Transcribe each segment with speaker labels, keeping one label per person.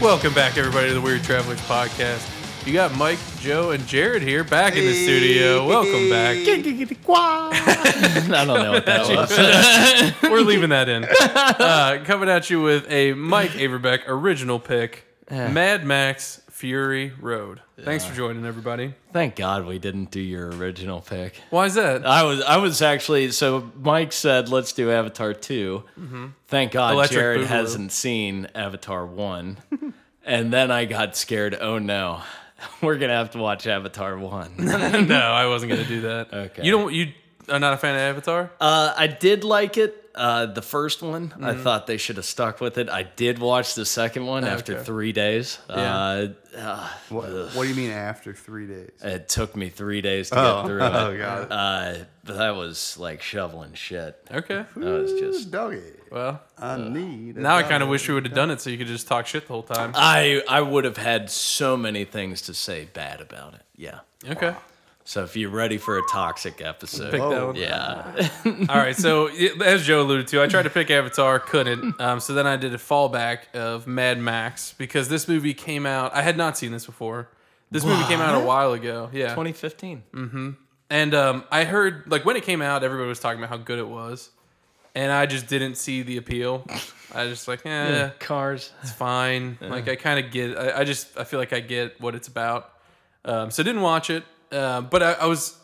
Speaker 1: Welcome back, everybody, to the Weird Travelers Podcast. You got Mike, Joe, and Jared here back in the studio. Welcome back.
Speaker 2: I don't know what that was.
Speaker 1: We're leaving that in. Uh, coming at you with a Mike Averbeck original pick Mad Max Fury Road. Thanks for joining, everybody.
Speaker 2: Thank God we didn't do your original pick.
Speaker 1: Why is that?
Speaker 2: I was I was actually so Mike said let's do Avatar 2 Thank God
Speaker 1: Mm-hmm. Electric
Speaker 2: Jared
Speaker 1: Boogaloo.
Speaker 2: hasn't seen Avatar one, and then I got scared. Oh no, we're gonna have to watch Avatar one.
Speaker 1: no, I wasn't going to do that.
Speaker 2: Okay.
Speaker 1: You don't, you are not a fan of Avatar?
Speaker 2: uh, I did like it. Uh, the first one, I
Speaker 1: Mm-hmm.
Speaker 2: thought they should have stuck with it. I did watch the second one after
Speaker 1: Oh, Okay.
Speaker 2: three days. Uh, uh,
Speaker 3: What, what do you mean after three days?
Speaker 2: it took me three days to
Speaker 3: Oh,
Speaker 2: get through it.
Speaker 3: oh god,
Speaker 2: Uh, but that was like shoveling shit.
Speaker 1: Okay.
Speaker 2: That was just.
Speaker 3: doggy.
Speaker 1: Well,
Speaker 2: uh,
Speaker 3: I need. a
Speaker 1: now I kind of
Speaker 3: doggy.
Speaker 1: wish we would have done it so you could just talk shit the whole time.
Speaker 2: I I would have had so many things to say bad about it. Yeah.
Speaker 1: Okay.
Speaker 2: So if you're ready for a toxic episode,
Speaker 1: Pick that
Speaker 3: Whoa.
Speaker 1: one.
Speaker 2: yeah,
Speaker 1: All right, so it- as Joe alluded to, I tried to pick Avatar, couldn't. Um, so then I did a fallback of Mad Max because this movie came out. I had not seen this before. This movie came out a while ago. Yeah,
Speaker 2: 2015.
Speaker 1: and um, I heard like when it came out, everybody was talking about how good it was, and I just didn't see the appeal. I just like, eh,
Speaker 2: Cars.
Speaker 1: it's fine. Like I kind of get. I, I just I feel like I get what it's about. Um, so I didn't watch it, um, but I, I was.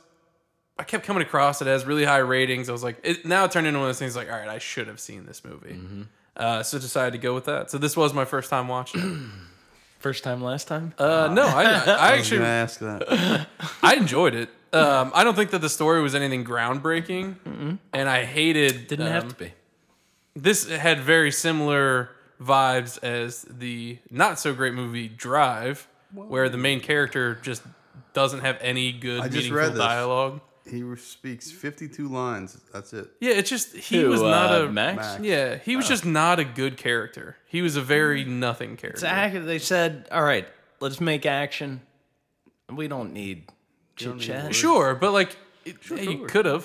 Speaker 1: I kept coming across it as really high ratings. I was like, it, now it turned into one of those things. Like, all right, I should have seen this movie.
Speaker 2: Mm-hmm.
Speaker 1: Uh, so decided to go with that. So this was my first time watching.
Speaker 2: First time, last time.
Speaker 1: it. Uh, no, I, I,
Speaker 2: Oh,
Speaker 1: I
Speaker 3: I was
Speaker 1: actually
Speaker 3: gonna ask that.
Speaker 1: I enjoyed it. Um, I don't think that the story was anything groundbreaking, and I hated
Speaker 2: Didn't
Speaker 1: um,
Speaker 2: have to be.
Speaker 1: this had very similar vibes as the not so great movie Drive, where the main character just doesn't have any good
Speaker 3: I just
Speaker 1: meaningful
Speaker 3: read this.
Speaker 1: dialogue.
Speaker 3: He speaks fifty-two lines. That's it.
Speaker 1: Yeah, it's just he
Speaker 2: Who,
Speaker 1: was not
Speaker 2: uh, Oh.
Speaker 1: a
Speaker 2: Max.
Speaker 3: Max.
Speaker 1: yeah he was just not a good character. He was a very
Speaker 2: Mm.
Speaker 1: nothing character.
Speaker 2: It's ac- They said, all right, let's make action. We don't need chit chat.
Speaker 1: Sure, but like it, you could have.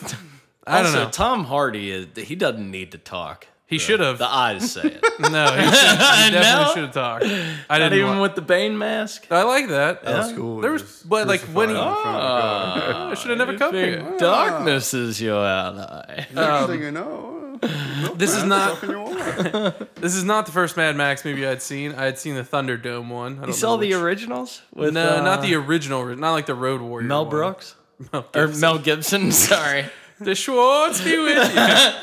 Speaker 1: I don't
Speaker 2: Also,
Speaker 1: know.
Speaker 2: Tom Hardy is. He doesn't need to talk.
Speaker 1: He should have.
Speaker 2: The
Speaker 1: No,
Speaker 2: eyes say it.
Speaker 1: he, should, he definitely
Speaker 2: No.
Speaker 1: should have talked. I
Speaker 2: Not
Speaker 1: didn't
Speaker 2: even
Speaker 1: wa-
Speaker 2: with the Bane mask.
Speaker 1: I like that.
Speaker 3: That's cool.
Speaker 1: There was-
Speaker 3: Just Oh,
Speaker 1: but, like, when he-
Speaker 3: crucified in front
Speaker 2: uh,
Speaker 3: of a car.
Speaker 2: Oh,
Speaker 1: I should have never come here.
Speaker 2: Darkness is your ally.
Speaker 3: Next thing you know, uh,
Speaker 1: This is
Speaker 3: that's
Speaker 1: not
Speaker 3: fucking your wife.
Speaker 1: This is not the first Mad Max movie I'd seen. I had seen the Thunderdome one. I don't
Speaker 2: You saw
Speaker 1: know
Speaker 2: the
Speaker 1: which-
Speaker 2: originals with
Speaker 1: no,
Speaker 2: uh,
Speaker 1: not the original, not like the Road Warrior.
Speaker 2: Mel
Speaker 1: one.
Speaker 2: Brooks
Speaker 1: Mel
Speaker 2: or
Speaker 1: Gibson.
Speaker 2: Mel Gibson. Sorry,
Speaker 1: the Schwartz be with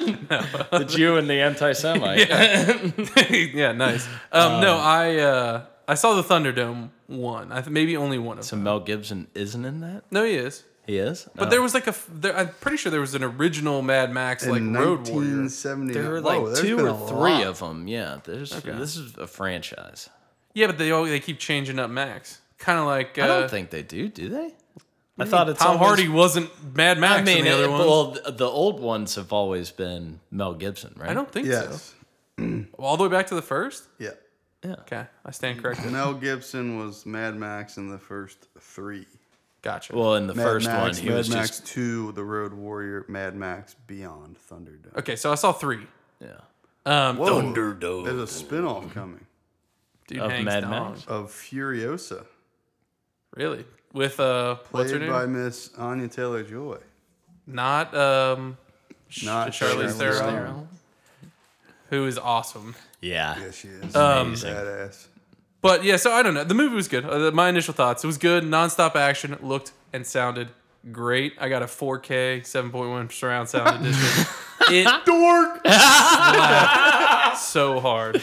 Speaker 1: you.
Speaker 2: the Jew and the anti-Semite.
Speaker 1: yeah, nice. Um, no, I uh, I saw the Thunderdome one. I th- maybe only one of
Speaker 2: So
Speaker 1: them.
Speaker 2: Mel Gibson isn't in that.
Speaker 1: No, he is.
Speaker 2: He is, Oh.
Speaker 1: But there was like a. f- There, I'm pretty sure there was an original Mad Max like
Speaker 3: In
Speaker 1: Road Warrior.
Speaker 3: 1970.
Speaker 2: there were like two or three of them. Yeah, there's this is a franchise.
Speaker 1: Yeah, but they all, they keep changing up Max. Kind of like uh,
Speaker 2: I don't think they do. Do they? I thought it's
Speaker 1: Tom
Speaker 2: always-
Speaker 1: Hardy wasn't Mad Max
Speaker 2: I mean,
Speaker 1: in the other
Speaker 2: it-
Speaker 1: ones.
Speaker 2: well, the- the old ones have always been Mel Gibson, right?
Speaker 1: I don't think so.
Speaker 3: Yes.
Speaker 1: All the way back to the first.
Speaker 3: Yeah.
Speaker 1: Okay, I stand corrected.
Speaker 3: Mel Gibson was Mad Max in the first three.
Speaker 1: Gotcha.
Speaker 2: Well, in the
Speaker 3: Mad
Speaker 2: first
Speaker 3: Max,
Speaker 2: one, he
Speaker 3: Mad
Speaker 2: was
Speaker 3: Max
Speaker 2: just
Speaker 3: Two, The Road Warrior, Mad Max Beyond Thunderdome.
Speaker 1: Okay, so I saw three.
Speaker 2: yeah.
Speaker 1: Um,
Speaker 3: There's
Speaker 2: Thunderdome
Speaker 3: a spin-off coming
Speaker 1: dude,
Speaker 2: of
Speaker 1: Hank's
Speaker 2: Mad
Speaker 1: dong.
Speaker 2: Max.
Speaker 3: of Furiosa,
Speaker 1: Really? With uh, what's her
Speaker 3: played
Speaker 1: name?
Speaker 3: by Miss Anya Taylor Joy.
Speaker 1: Not um, Sh-
Speaker 3: Not
Speaker 1: Charlize
Speaker 3: Charlize
Speaker 1: Theron,
Speaker 3: Theron.
Speaker 1: who is awesome.
Speaker 2: Yeah,
Speaker 3: Yes, she is.
Speaker 1: Um,
Speaker 2: amazing.
Speaker 3: Badass.
Speaker 1: But yeah, so I don't know. The movie was good. Uh, my initial thoughts: it was good, nonstop action, looked and sounded great. I got a 4K, 7.1 surround sound edition. It dork so hard.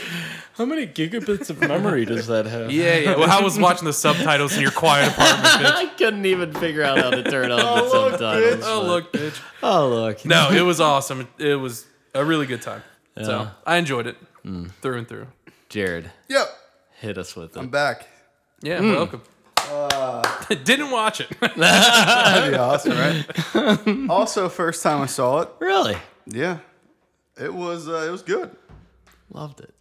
Speaker 2: How many gigabits of memory does that have?
Speaker 1: Yeah, yeah. Well, I was watching the subtitles in your quiet apartment. Bitch.
Speaker 2: I couldn't even figure out how to turn on the
Speaker 3: look,
Speaker 2: subtitles.
Speaker 3: bitch.
Speaker 1: Oh look, bitch.
Speaker 2: Oh, look.
Speaker 1: No, it was awesome. It was a really good time. So
Speaker 2: Yeah. Mm.
Speaker 1: I enjoyed it through and through.
Speaker 2: Jared,
Speaker 3: Yep,
Speaker 2: hit us with
Speaker 3: I'm
Speaker 2: it.
Speaker 3: back.
Speaker 1: Yeah,
Speaker 3: Hmm.
Speaker 1: welcome.
Speaker 3: Uh,
Speaker 1: Didn't watch it.
Speaker 3: That'd be awesome, right? also, first time I saw it.
Speaker 2: Really?
Speaker 3: Yeah, it was. Uh, it was good.
Speaker 2: Loved it.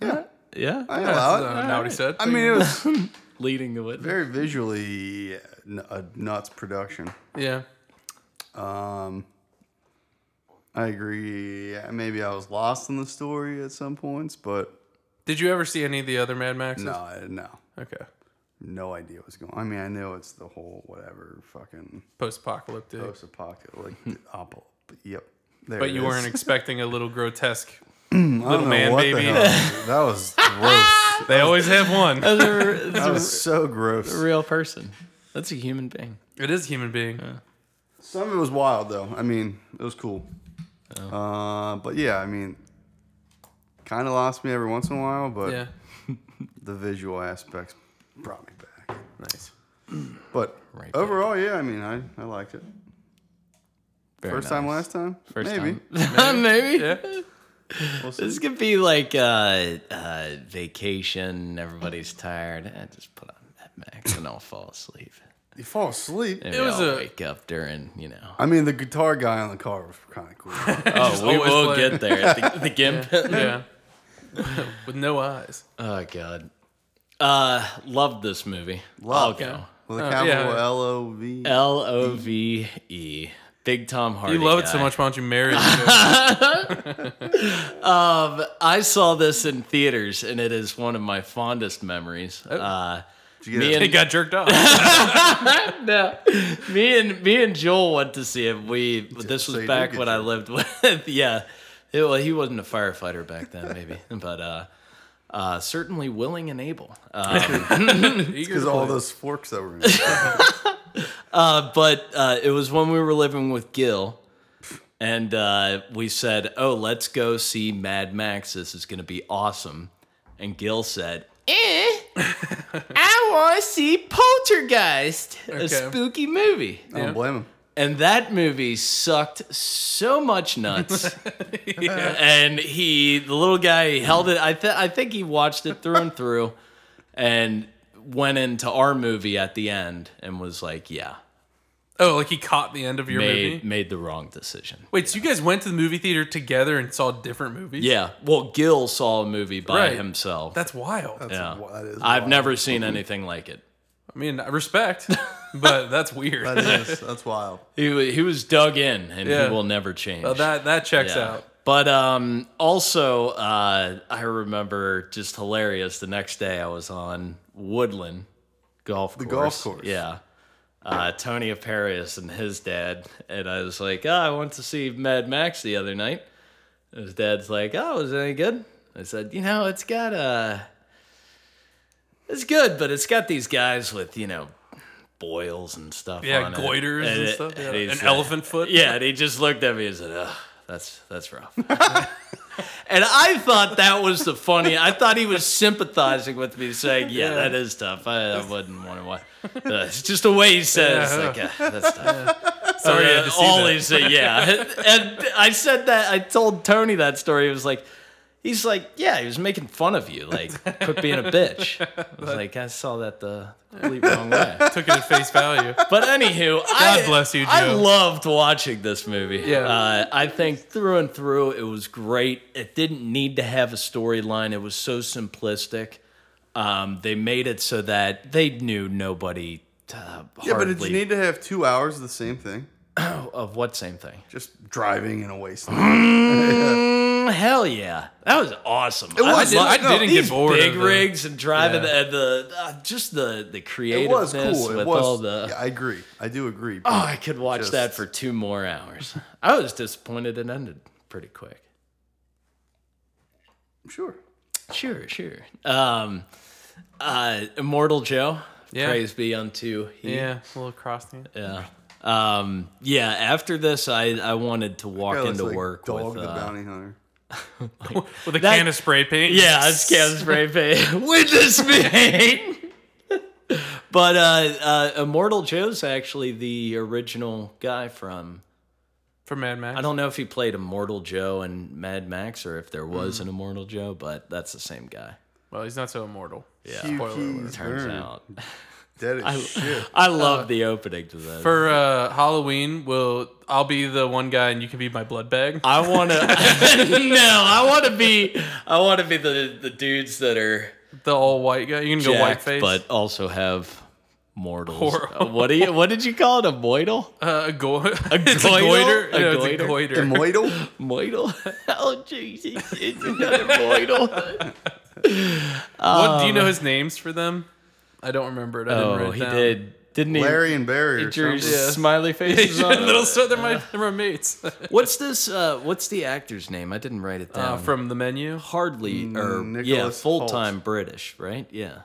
Speaker 3: Yeah,
Speaker 2: Yeah?
Speaker 3: I
Speaker 1: That's uh,
Speaker 3: allow it.
Speaker 1: not what he said.
Speaker 3: Oh, I mean, it was
Speaker 2: Leading the witness.
Speaker 3: very visually n- a nuts production.
Speaker 1: yeah.
Speaker 3: Um, I agree. Maybe I was lost in the story at some points, but
Speaker 1: Did you ever see any of the other Mad Maxes?
Speaker 3: No, I- no,
Speaker 1: Okay.
Speaker 3: no idea what's going. on. I mean, I know it's the whole whatever fucking
Speaker 1: Post-apocalyptic.
Speaker 3: post-apocalyptic. op- yep. There
Speaker 1: but
Speaker 3: it
Speaker 1: you
Speaker 3: is.
Speaker 1: weren't expecting a little grotesque.
Speaker 3: I don't
Speaker 1: little
Speaker 3: know
Speaker 1: man
Speaker 3: what the
Speaker 1: baby.
Speaker 3: hell. That was gross.
Speaker 1: They always have one.
Speaker 2: That's a,
Speaker 3: that was so gross.
Speaker 2: real person. That's a human being.
Speaker 1: It is a human being.
Speaker 3: Some of it was wild though. I mean, it was cool. Uh, but yeah, I mean, kind of lost me every once in a while, but
Speaker 1: Yeah.
Speaker 3: the visual aspects brought me back.
Speaker 1: Nice.
Speaker 3: But
Speaker 2: Right back.
Speaker 3: overall, yeah, I mean, I, I liked it.
Speaker 2: Very
Speaker 3: First
Speaker 2: nice.
Speaker 3: time, last time,
Speaker 2: First
Speaker 3: maybe.
Speaker 2: time. Maybe.
Speaker 1: Yeah.
Speaker 3: We'll see.
Speaker 2: This could be like uh, uh, vacation. Everybody's tired. I just put on Mad Max and I'll fall asleep.
Speaker 3: You fall asleep.
Speaker 2: Maybe
Speaker 1: It was
Speaker 2: I'll
Speaker 1: a-
Speaker 2: wake up during you know.
Speaker 3: I mean, the guitar guy on the car was kind of cool.
Speaker 2: Oh, we
Speaker 1: always
Speaker 2: will
Speaker 1: play.
Speaker 2: get there. The, the gimp.
Speaker 1: Yeah. With no eyes.
Speaker 2: Oh God. Uh, loved this movie.
Speaker 3: Love.
Speaker 2: I'll go.
Speaker 3: With a
Speaker 1: Oh,
Speaker 3: capital
Speaker 1: yeah.
Speaker 3: L O V.
Speaker 2: L O V E. Big Tom Hardy.
Speaker 1: You love it
Speaker 2: guy.
Speaker 1: so much, why don't you marry it?
Speaker 2: I saw this in theaters, and it is one of my fondest memories. Uh,
Speaker 3: Did you
Speaker 2: me
Speaker 3: get
Speaker 2: and
Speaker 1: It got jerked off.
Speaker 2: no, me and me and Joel went to see it. We this
Speaker 3: so
Speaker 2: was
Speaker 3: you
Speaker 2: back
Speaker 3: did
Speaker 2: when
Speaker 3: get
Speaker 2: I
Speaker 3: you.
Speaker 2: lived with. yeah, It- well, he wasn't a firefighter back then, maybe, but uh, uh, certainly willing and able. Um,
Speaker 3: because all those forks that were in it.
Speaker 2: uh, but uh, it was when we were living with Gil. And uh, we said, "Oh, let's go see Mad Max. This is going to be awesome." And Gil said, "Eh, I want to see Poltergeist, a
Speaker 1: Okay.
Speaker 2: spooky movie."
Speaker 3: I don't blame him.
Speaker 2: And that movie sucked so much nuts. And he, the little guy, he held it. I, th- I think he watched it through and through and went into our movie at the end and was like, yeah,
Speaker 1: Oh, like he caught the end of your
Speaker 2: made,
Speaker 1: movie?
Speaker 2: made the wrong decision.
Speaker 1: Wait, so you guys went to the movie theater together and saw different movies?
Speaker 2: Yeah. Well, Gil saw a movie by
Speaker 1: Right.
Speaker 2: himself.
Speaker 1: That's wild.
Speaker 2: yeah.
Speaker 3: Wow, that is
Speaker 2: I've
Speaker 3: wild.
Speaker 2: never seen anything like it.
Speaker 1: I mean, I respect, but that's weird.
Speaker 3: That is. That's wild.
Speaker 2: He, wa- he was dug in and
Speaker 1: Yeah.
Speaker 2: he will never change.
Speaker 1: Uh, that that checks
Speaker 2: Yeah.
Speaker 1: out.
Speaker 2: But um, also, uh, I remember just hilarious. The next day, I was on Woodland Golf Course. The
Speaker 3: golf course.
Speaker 2: Yeah. Uh, Tony Aparius and his dad. And I was like, oh, I went to see Mad Max the other night. And his dad's like, oh, was it any good? I said, you know, it's got Uh, it's good, but it's got these guys with, you know, boils and stuff.
Speaker 1: Yeah,
Speaker 2: on it.
Speaker 1: goiters and,
Speaker 2: it-
Speaker 1: stuff. Yeah.
Speaker 2: and he's
Speaker 1: An
Speaker 2: like-
Speaker 1: elephant foot.
Speaker 2: yeah, and he just looked at me and said, Ugh, "That's that's rough." and I thought that was the funny. I thought he was sympathizing with me, saying, "Yeah, that is tough. I, I wouldn't want to watch." Uh, it's just the way he says,
Speaker 1: Yeah.
Speaker 2: like, "Ah, "That's tough."
Speaker 1: Sorry, I had
Speaker 2: Uh,
Speaker 1: to see
Speaker 2: all
Speaker 1: that.
Speaker 2: he said, yeah. And I said that. I told Tony that story. He was like, he's like, yeah, he was making fun of you. Like, quit being a bitch. I was like, I saw that the complete wrong way.
Speaker 1: Took it at face value.
Speaker 2: But anywho, I,
Speaker 1: God bless you,
Speaker 2: I
Speaker 1: Joe.
Speaker 2: loved watching this movie.
Speaker 1: Yeah.
Speaker 2: Uh, I think through and through, it was great. It didn't need to have a storyline. It was so simplistic. Um, they made it so that they knew nobody. Uh,
Speaker 3: Yeah, but
Speaker 2: hardly
Speaker 3: did you need to have two hours of the same thing?
Speaker 2: of what same thing?
Speaker 3: Just driving in a wasteland.
Speaker 2: Mm, hell yeah, that was awesome. It
Speaker 1: was- I didn't get
Speaker 2: these
Speaker 1: bored of
Speaker 2: Big
Speaker 1: the-
Speaker 2: rigs and driving
Speaker 1: Yeah.
Speaker 2: the, the uh, just the the
Speaker 3: It was
Speaker 2: creativeness
Speaker 3: cool.
Speaker 2: with
Speaker 3: It was.
Speaker 2: all the.
Speaker 3: yeah, I agree. I do agree.
Speaker 2: Oh, I could watch
Speaker 3: Just-
Speaker 2: that for two more hours. I was disappointed it ended pretty quick.
Speaker 3: sure.
Speaker 2: Sure, sure. Um, uh, Immortal Joe,
Speaker 1: Yeah.
Speaker 2: praise be unto he.
Speaker 1: Yeah, a little cross knee.
Speaker 2: Yeah. Um, yeah, after this, I, I wanted to walk
Speaker 3: Guy looks
Speaker 2: into
Speaker 3: like
Speaker 2: work
Speaker 3: Dog
Speaker 2: with.
Speaker 3: the
Speaker 2: Uh,
Speaker 3: bounty hunter.
Speaker 1: With a
Speaker 2: That-
Speaker 1: can of spray paint.
Speaker 2: yeah, it's can spray paint. Witness me. but uh, uh, Immortal Joe's actually the original guy from.
Speaker 1: For Mad Max.
Speaker 2: I don't know if he played Immortal Joe and Mad Max or if there was
Speaker 1: Mm.
Speaker 2: an Immortal Joe, but that's the same guy.
Speaker 1: Well, he's not so immortal.
Speaker 2: Yeah.
Speaker 3: Hugh
Speaker 1: Spoiler alert.
Speaker 3: Keys
Speaker 2: Turns
Speaker 3: Byrne.
Speaker 2: out.
Speaker 3: Dead as Mm. shit.
Speaker 2: I
Speaker 1: Uh,
Speaker 2: love the opening to this.
Speaker 1: For uh, Halloween, will I'll be the one guy and you can be my blood bag.
Speaker 2: I want to. no, I want to be. I want to be the the dudes that are
Speaker 1: The all white guy. You can go white
Speaker 2: jacked,
Speaker 1: face.
Speaker 2: but also have mortals. Uh,
Speaker 1: Horrible.
Speaker 2: What do you? What did you call it? A moidal?
Speaker 1: uh, a, go- it's a
Speaker 2: goiter?
Speaker 1: goiter.
Speaker 2: A
Speaker 1: No,
Speaker 2: goiter?
Speaker 1: It's a goiter.
Speaker 3: Immortal?
Speaker 2: Moidal? Oh Jesus! It's another moidal.
Speaker 1: what do you know his names for them? I don't remember it. I didn't
Speaker 2: Um, Oh,
Speaker 1: write it
Speaker 2: he
Speaker 1: down.
Speaker 2: did. Didn't he?
Speaker 3: Larry and Barry. Or
Speaker 2: Put your
Speaker 3: something.
Speaker 1: Yeah.
Speaker 2: smiley faces on.
Speaker 1: little so they're my they're my mates.
Speaker 2: What's this? Uh, what's the actor's name? I didn't write it down.
Speaker 1: Uh, from the menu.
Speaker 2: hardly or yeah,
Speaker 3: Mm, Nicholas
Speaker 2: full
Speaker 3: Holt.
Speaker 2: time British, right? Yeah,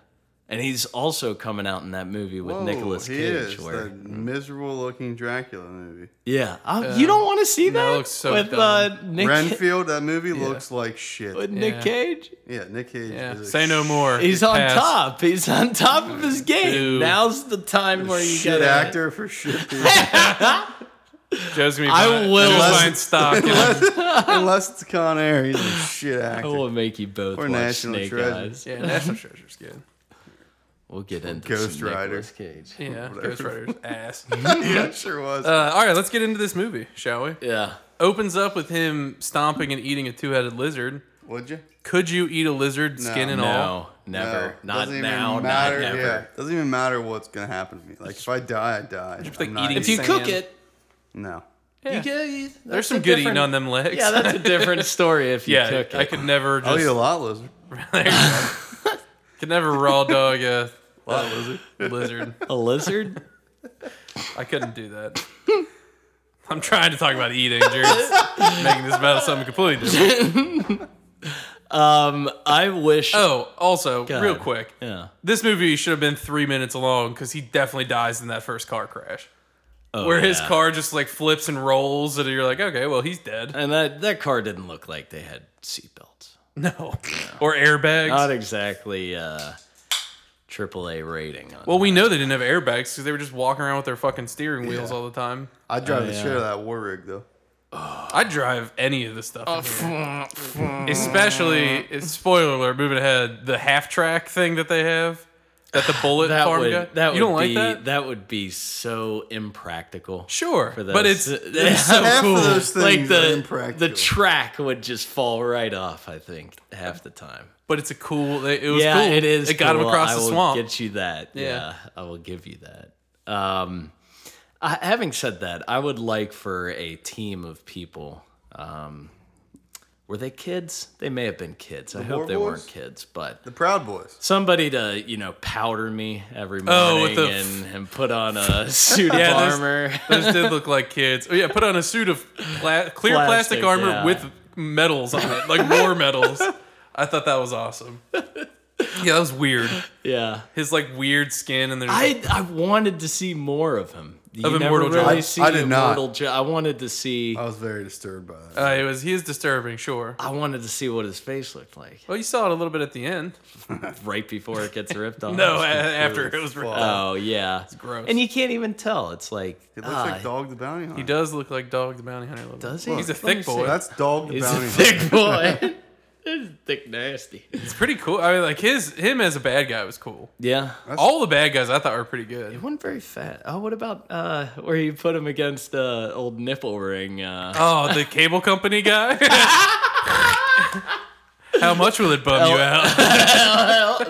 Speaker 2: and he's also coming out in that movie with
Speaker 3: Whoa,
Speaker 2: Nicolas
Speaker 3: Oh, he
Speaker 2: Cage.
Speaker 3: is
Speaker 2: Where,
Speaker 3: the miserable-looking Dracula movie.
Speaker 2: yeah, Oh, you don't want to
Speaker 1: no,
Speaker 2: see
Speaker 1: it
Speaker 2: that
Speaker 1: Um, looks so
Speaker 2: with
Speaker 1: dumb.
Speaker 2: uh, Nick
Speaker 3: Renfield. That movie looks like shit.
Speaker 2: with
Speaker 1: Yeah.
Speaker 2: Nick Cage.
Speaker 3: Yeah, Nick Cage.
Speaker 1: Yeah.
Speaker 3: is a
Speaker 1: Say no more.
Speaker 2: He's
Speaker 1: It's
Speaker 2: on
Speaker 1: past.
Speaker 2: top. He's on top of his game.
Speaker 1: Dude.
Speaker 2: Now's the time where you
Speaker 3: Shit
Speaker 2: get
Speaker 3: actor for shit. people.
Speaker 1: Joe's gonna be
Speaker 2: I
Speaker 1: buying-
Speaker 2: will-
Speaker 1: Joe's
Speaker 2: Unless-
Speaker 1: buying stock. yeah.
Speaker 3: Unless it's Con Air, he's a shit
Speaker 2: I
Speaker 3: actor.
Speaker 2: will make you both
Speaker 3: Or
Speaker 2: watch
Speaker 3: National
Speaker 2: Snake
Speaker 3: Treasure.
Speaker 2: Eyes.
Speaker 1: yeah, National Treasure's good.
Speaker 2: We'll get into
Speaker 3: Ghost
Speaker 2: some
Speaker 3: Rider.
Speaker 2: Nicolas Cage.
Speaker 1: Yeah,
Speaker 3: Whatever.
Speaker 1: Ghost Rider's ass.
Speaker 3: yeah, it sure was.
Speaker 1: Uh, all right, let's get into this movie, shall we?
Speaker 2: Yeah.
Speaker 1: Opens up with him stomping and eating a two-headed lizard.
Speaker 3: Would you?
Speaker 1: Could you eat a lizard, skin and all?
Speaker 2: No, never. Not now.
Speaker 3: matter.
Speaker 2: Not
Speaker 3: Yeah,
Speaker 2: ever.
Speaker 3: doesn't even matter what's gonna happen to me. Like if I die, I die.
Speaker 1: like
Speaker 3: I'm not
Speaker 1: eating
Speaker 2: If you
Speaker 1: Sand.
Speaker 2: cook it,
Speaker 3: No.
Speaker 1: Yeah.
Speaker 2: you get. you-
Speaker 1: There's
Speaker 2: that's
Speaker 1: some
Speaker 2: a
Speaker 1: good eating
Speaker 2: different-
Speaker 1: on them legs.
Speaker 2: Yeah, that's a different story if you
Speaker 1: yeah.
Speaker 2: cook it. Oh,
Speaker 1: I could never
Speaker 3: I'll eat a
Speaker 1: just
Speaker 3: lot lizard.
Speaker 1: There you go. could never raw dog a
Speaker 3: Lot lizard.
Speaker 1: lizard.
Speaker 2: a lizard?
Speaker 1: I couldn't do that. I'm trying to talk about eating, Jared. making this about something completely different.
Speaker 2: Um, I wish.
Speaker 1: Oh, also,
Speaker 2: God.
Speaker 1: real quick,
Speaker 2: Yeah.
Speaker 1: this movie should have been three minutes long because he definitely dies in that first car crash,
Speaker 2: Oh,
Speaker 1: where his
Speaker 2: yeah.
Speaker 1: car just like flips and rolls, and you're like, okay, well he's dead.
Speaker 2: And that, that car didn't look like they had seatbelts.
Speaker 1: No, or airbags.
Speaker 2: Not exactly uh, AAA rating. On
Speaker 1: well, we know they didn't have airbags because they were just walking around with their fucking steering wheels all the time.
Speaker 3: I drive the
Speaker 2: Oh, yeah.
Speaker 3: shit out of that war rig though.
Speaker 1: I drive any of this stuff. in here. Especially, it's- spoiler alert, moving ahead, the half track thing that they have, that the bullet
Speaker 2: that
Speaker 1: farm
Speaker 2: would,
Speaker 1: guy.
Speaker 2: that
Speaker 1: you don't
Speaker 2: would
Speaker 1: like
Speaker 2: be,
Speaker 1: that?
Speaker 2: would be so impractical.
Speaker 1: Sure,
Speaker 2: For
Speaker 1: but it's,
Speaker 2: those.
Speaker 1: it's so
Speaker 3: Half
Speaker 1: cool.
Speaker 3: of those things are
Speaker 2: like the
Speaker 3: impractical.
Speaker 2: the track would just fall right off. I think half the time.
Speaker 1: But it's a cool. It was
Speaker 2: yeah,
Speaker 1: cool.
Speaker 2: it is.
Speaker 1: It got him
Speaker 2: cool.
Speaker 1: across
Speaker 2: I
Speaker 1: the
Speaker 2: will
Speaker 1: swamp.
Speaker 2: Get you that. Yeah.
Speaker 1: Yeah.
Speaker 2: I will give you that. Um, I, having said that, I would like for a team of people. Um, were they kids? They may have been kids. I hope
Speaker 3: War
Speaker 2: they
Speaker 3: Boys?
Speaker 2: weren't kids, but
Speaker 3: The Proud Boys.
Speaker 2: somebody to you know powder me every
Speaker 1: Oh,
Speaker 2: morning
Speaker 1: with the f-
Speaker 2: and, and put on a suit of
Speaker 1: Yeah, those-
Speaker 2: armor.
Speaker 1: Those did look like kids. Oh yeah, put on a suit of pla- clear plastic,
Speaker 2: Plastic,
Speaker 1: armor
Speaker 2: yeah.
Speaker 1: with medals on it, like war medals. I thought that was awesome. Yeah, that was weird.
Speaker 2: yeah,
Speaker 1: His like weird skin and there's
Speaker 2: I I wanted to see more of him. You never
Speaker 1: Immortal Joe.
Speaker 2: really
Speaker 1: I-
Speaker 2: see
Speaker 3: I did not. Oh.
Speaker 2: Immortal Joe. I wanted to see.
Speaker 3: I was very disturbed by that.
Speaker 1: uh, it was he is disturbing. Sure.
Speaker 2: I wanted to see what his face looked like.
Speaker 1: Well, you saw it a little bit at the end.
Speaker 2: right before it gets ripped off.
Speaker 1: No, a- after it was.
Speaker 3: fuck.
Speaker 2: Oh yeah, it's
Speaker 1: gross.
Speaker 2: And you can't even tell. It's like
Speaker 3: It looks
Speaker 2: ah,
Speaker 3: like Dog the Bounty Hunter.
Speaker 1: He does look like Dog the Bounty Hunter. A little
Speaker 2: Does
Speaker 1: bit.
Speaker 2: he?
Speaker 1: He's a
Speaker 2: Let me
Speaker 1: thick
Speaker 2: see.
Speaker 1: boy.
Speaker 3: That's Dog the
Speaker 2: he's a
Speaker 3: Bounty
Speaker 2: thick boy. He's thick nasty.
Speaker 1: It's pretty cool. I mean, like his him as a bad guy was cool.
Speaker 2: Yeah.
Speaker 1: All the bad guys I thought were pretty good.
Speaker 2: He wasn't very fat. Oh, what about uh, where you put him against uh, old nipple ring? Uh,
Speaker 1: Oh, the cable company guy. How much will it bum you out?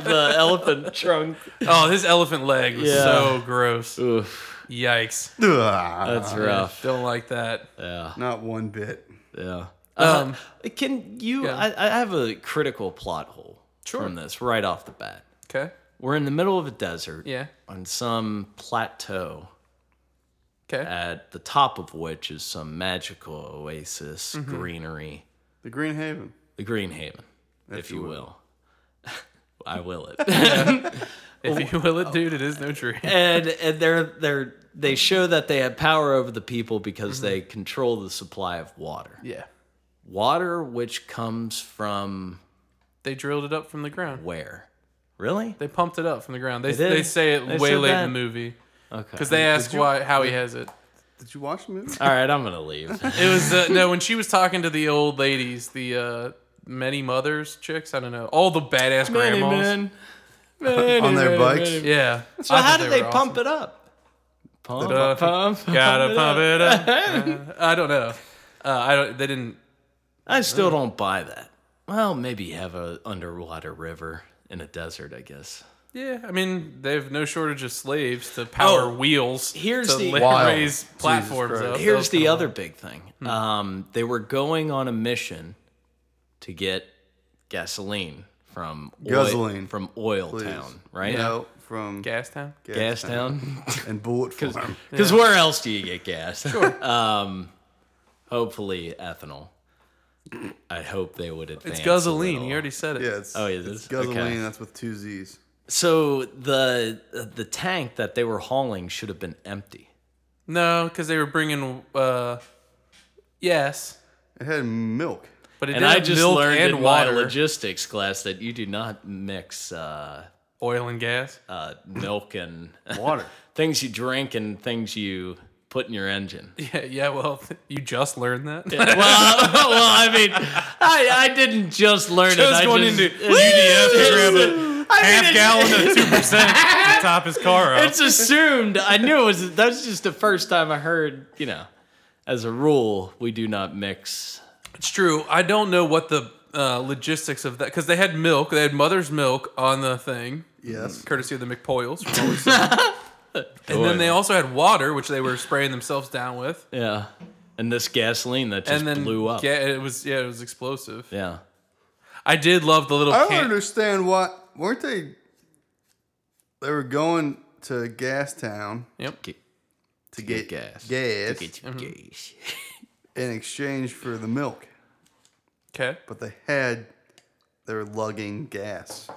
Speaker 2: the elephant trunk.
Speaker 1: Oh, his elephant leg was
Speaker 2: Yeah.
Speaker 1: so gross.
Speaker 2: Oof,
Speaker 1: Yikes.
Speaker 3: Hunter.
Speaker 2: that's
Speaker 3: Ah,
Speaker 2: rough.
Speaker 1: Don't like that.
Speaker 2: Yeah,
Speaker 3: Not one bit.
Speaker 2: yeah.
Speaker 1: Um,
Speaker 2: Uh, can you?
Speaker 1: yeah.
Speaker 2: I, I have a critical plot hole
Speaker 1: Sure.
Speaker 2: from this right off the bat.
Speaker 1: Okay.
Speaker 2: We're in the middle of a desert.
Speaker 1: Yeah.
Speaker 2: on some plateau
Speaker 1: Okay.
Speaker 2: at the top of which is some magical oasis greenery
Speaker 3: The Green Haven.
Speaker 2: the green haven if you
Speaker 3: you
Speaker 2: will,
Speaker 3: will.
Speaker 2: i will it
Speaker 1: If you
Speaker 2: oh.
Speaker 1: will it, dude, it is no tree.
Speaker 2: and and they're they're they show that they have power over the people because they control the supply of water
Speaker 1: Yeah.
Speaker 2: water which comes from
Speaker 1: They drilled it up from the ground.
Speaker 2: where really
Speaker 1: They pumped it up from the ground. They,
Speaker 2: did.
Speaker 1: they say it
Speaker 2: They
Speaker 1: way
Speaker 2: said
Speaker 1: late
Speaker 2: that.
Speaker 1: in the movie
Speaker 2: okay
Speaker 1: because they ask why how he has it.
Speaker 3: Did you watch the movie?
Speaker 2: all right i'm gonna leave
Speaker 1: It was uh, no when she was talking to the old ladies, the uh, many mothers chicks. I don't know all the badass grandmas.
Speaker 3: On their bikes?
Speaker 1: Yeah.
Speaker 2: so how do they, pump it up pump
Speaker 1: Uh,
Speaker 2: pump
Speaker 1: Gotta
Speaker 2: it
Speaker 1: pump
Speaker 2: up.
Speaker 1: it up. Uh, I don't know. Uh, I don't. They didn't.
Speaker 2: I still don't buy that. Well, maybe you have a underwater river in a desert, I guess.
Speaker 1: Yeah, I mean they have no shortage of slaves to power
Speaker 2: Oh,
Speaker 1: wheels.
Speaker 2: here's
Speaker 1: to
Speaker 2: the-
Speaker 1: la-
Speaker 3: Wild.
Speaker 1: raise platforms.
Speaker 3: Christ.
Speaker 1: Up.
Speaker 2: Here's
Speaker 1: That was
Speaker 2: the other big thing. Um, they were going on a mission to get gasoline from
Speaker 3: Guzzling,
Speaker 2: oil, from Oil
Speaker 3: Please.
Speaker 2: Town, right?
Speaker 3: No, from
Speaker 1: Gas Town.
Speaker 2: Gas Town.
Speaker 3: and Bullet Farm.
Speaker 2: Because where else do you get gas? Sure. um, hopefully ethanol. I hope they would advance.
Speaker 1: It's
Speaker 2: a
Speaker 1: gasoline.
Speaker 2: little.
Speaker 1: You already said it.
Speaker 3: Yeah, it's
Speaker 2: Oh, yeah,
Speaker 3: it's
Speaker 2: this-
Speaker 3: guzzling.
Speaker 2: okay.
Speaker 3: That's with two Z's.
Speaker 2: So the the tank that they were hauling should have been empty.
Speaker 1: No, because they were bringing. Uh, yes,
Speaker 3: It had milk.
Speaker 1: but it
Speaker 2: And
Speaker 1: did
Speaker 2: I
Speaker 1: have
Speaker 2: just
Speaker 1: milk
Speaker 2: learned
Speaker 1: and
Speaker 2: in
Speaker 1: water,
Speaker 2: my logistics class that you do not mix uh,
Speaker 1: oil and gas.
Speaker 2: uh, milk and
Speaker 3: Water.
Speaker 2: things you drink and things you put in your engine.
Speaker 1: Yeah, yeah. Well, you just learned that.
Speaker 2: well, well, I mean, I, I didn't just learn it.
Speaker 1: Joe's
Speaker 2: I
Speaker 1: going
Speaker 2: just,
Speaker 1: into UDF to grab a
Speaker 2: I mean,
Speaker 1: half
Speaker 2: it-
Speaker 1: gallon of two percent to top his car up.
Speaker 2: It's assumed. I knew it was. That's just the first time I heard. You know, as a rule, we do not mix.
Speaker 1: It's true. I don't know what the uh, logistics of that because they had milk. They had mother's milk on the thing,
Speaker 3: Yes.
Speaker 1: courtesy of the McPoyles. From Always Sunny. and then they also had water, which they were spraying themselves down with,
Speaker 2: Yeah, and this gasoline that just
Speaker 1: and then
Speaker 2: blew up.
Speaker 1: Yeah, it was yeah, it was explosive.
Speaker 2: yeah,
Speaker 1: I did love the little.
Speaker 3: I don't
Speaker 1: can-
Speaker 3: understand why weren't they? They were going to Gas Town
Speaker 1: Yep.
Speaker 3: to get,
Speaker 2: gas.
Speaker 3: gas
Speaker 2: Mhm.
Speaker 3: in exchange for the milk,
Speaker 1: Okay.
Speaker 3: but they had they were lugging gas.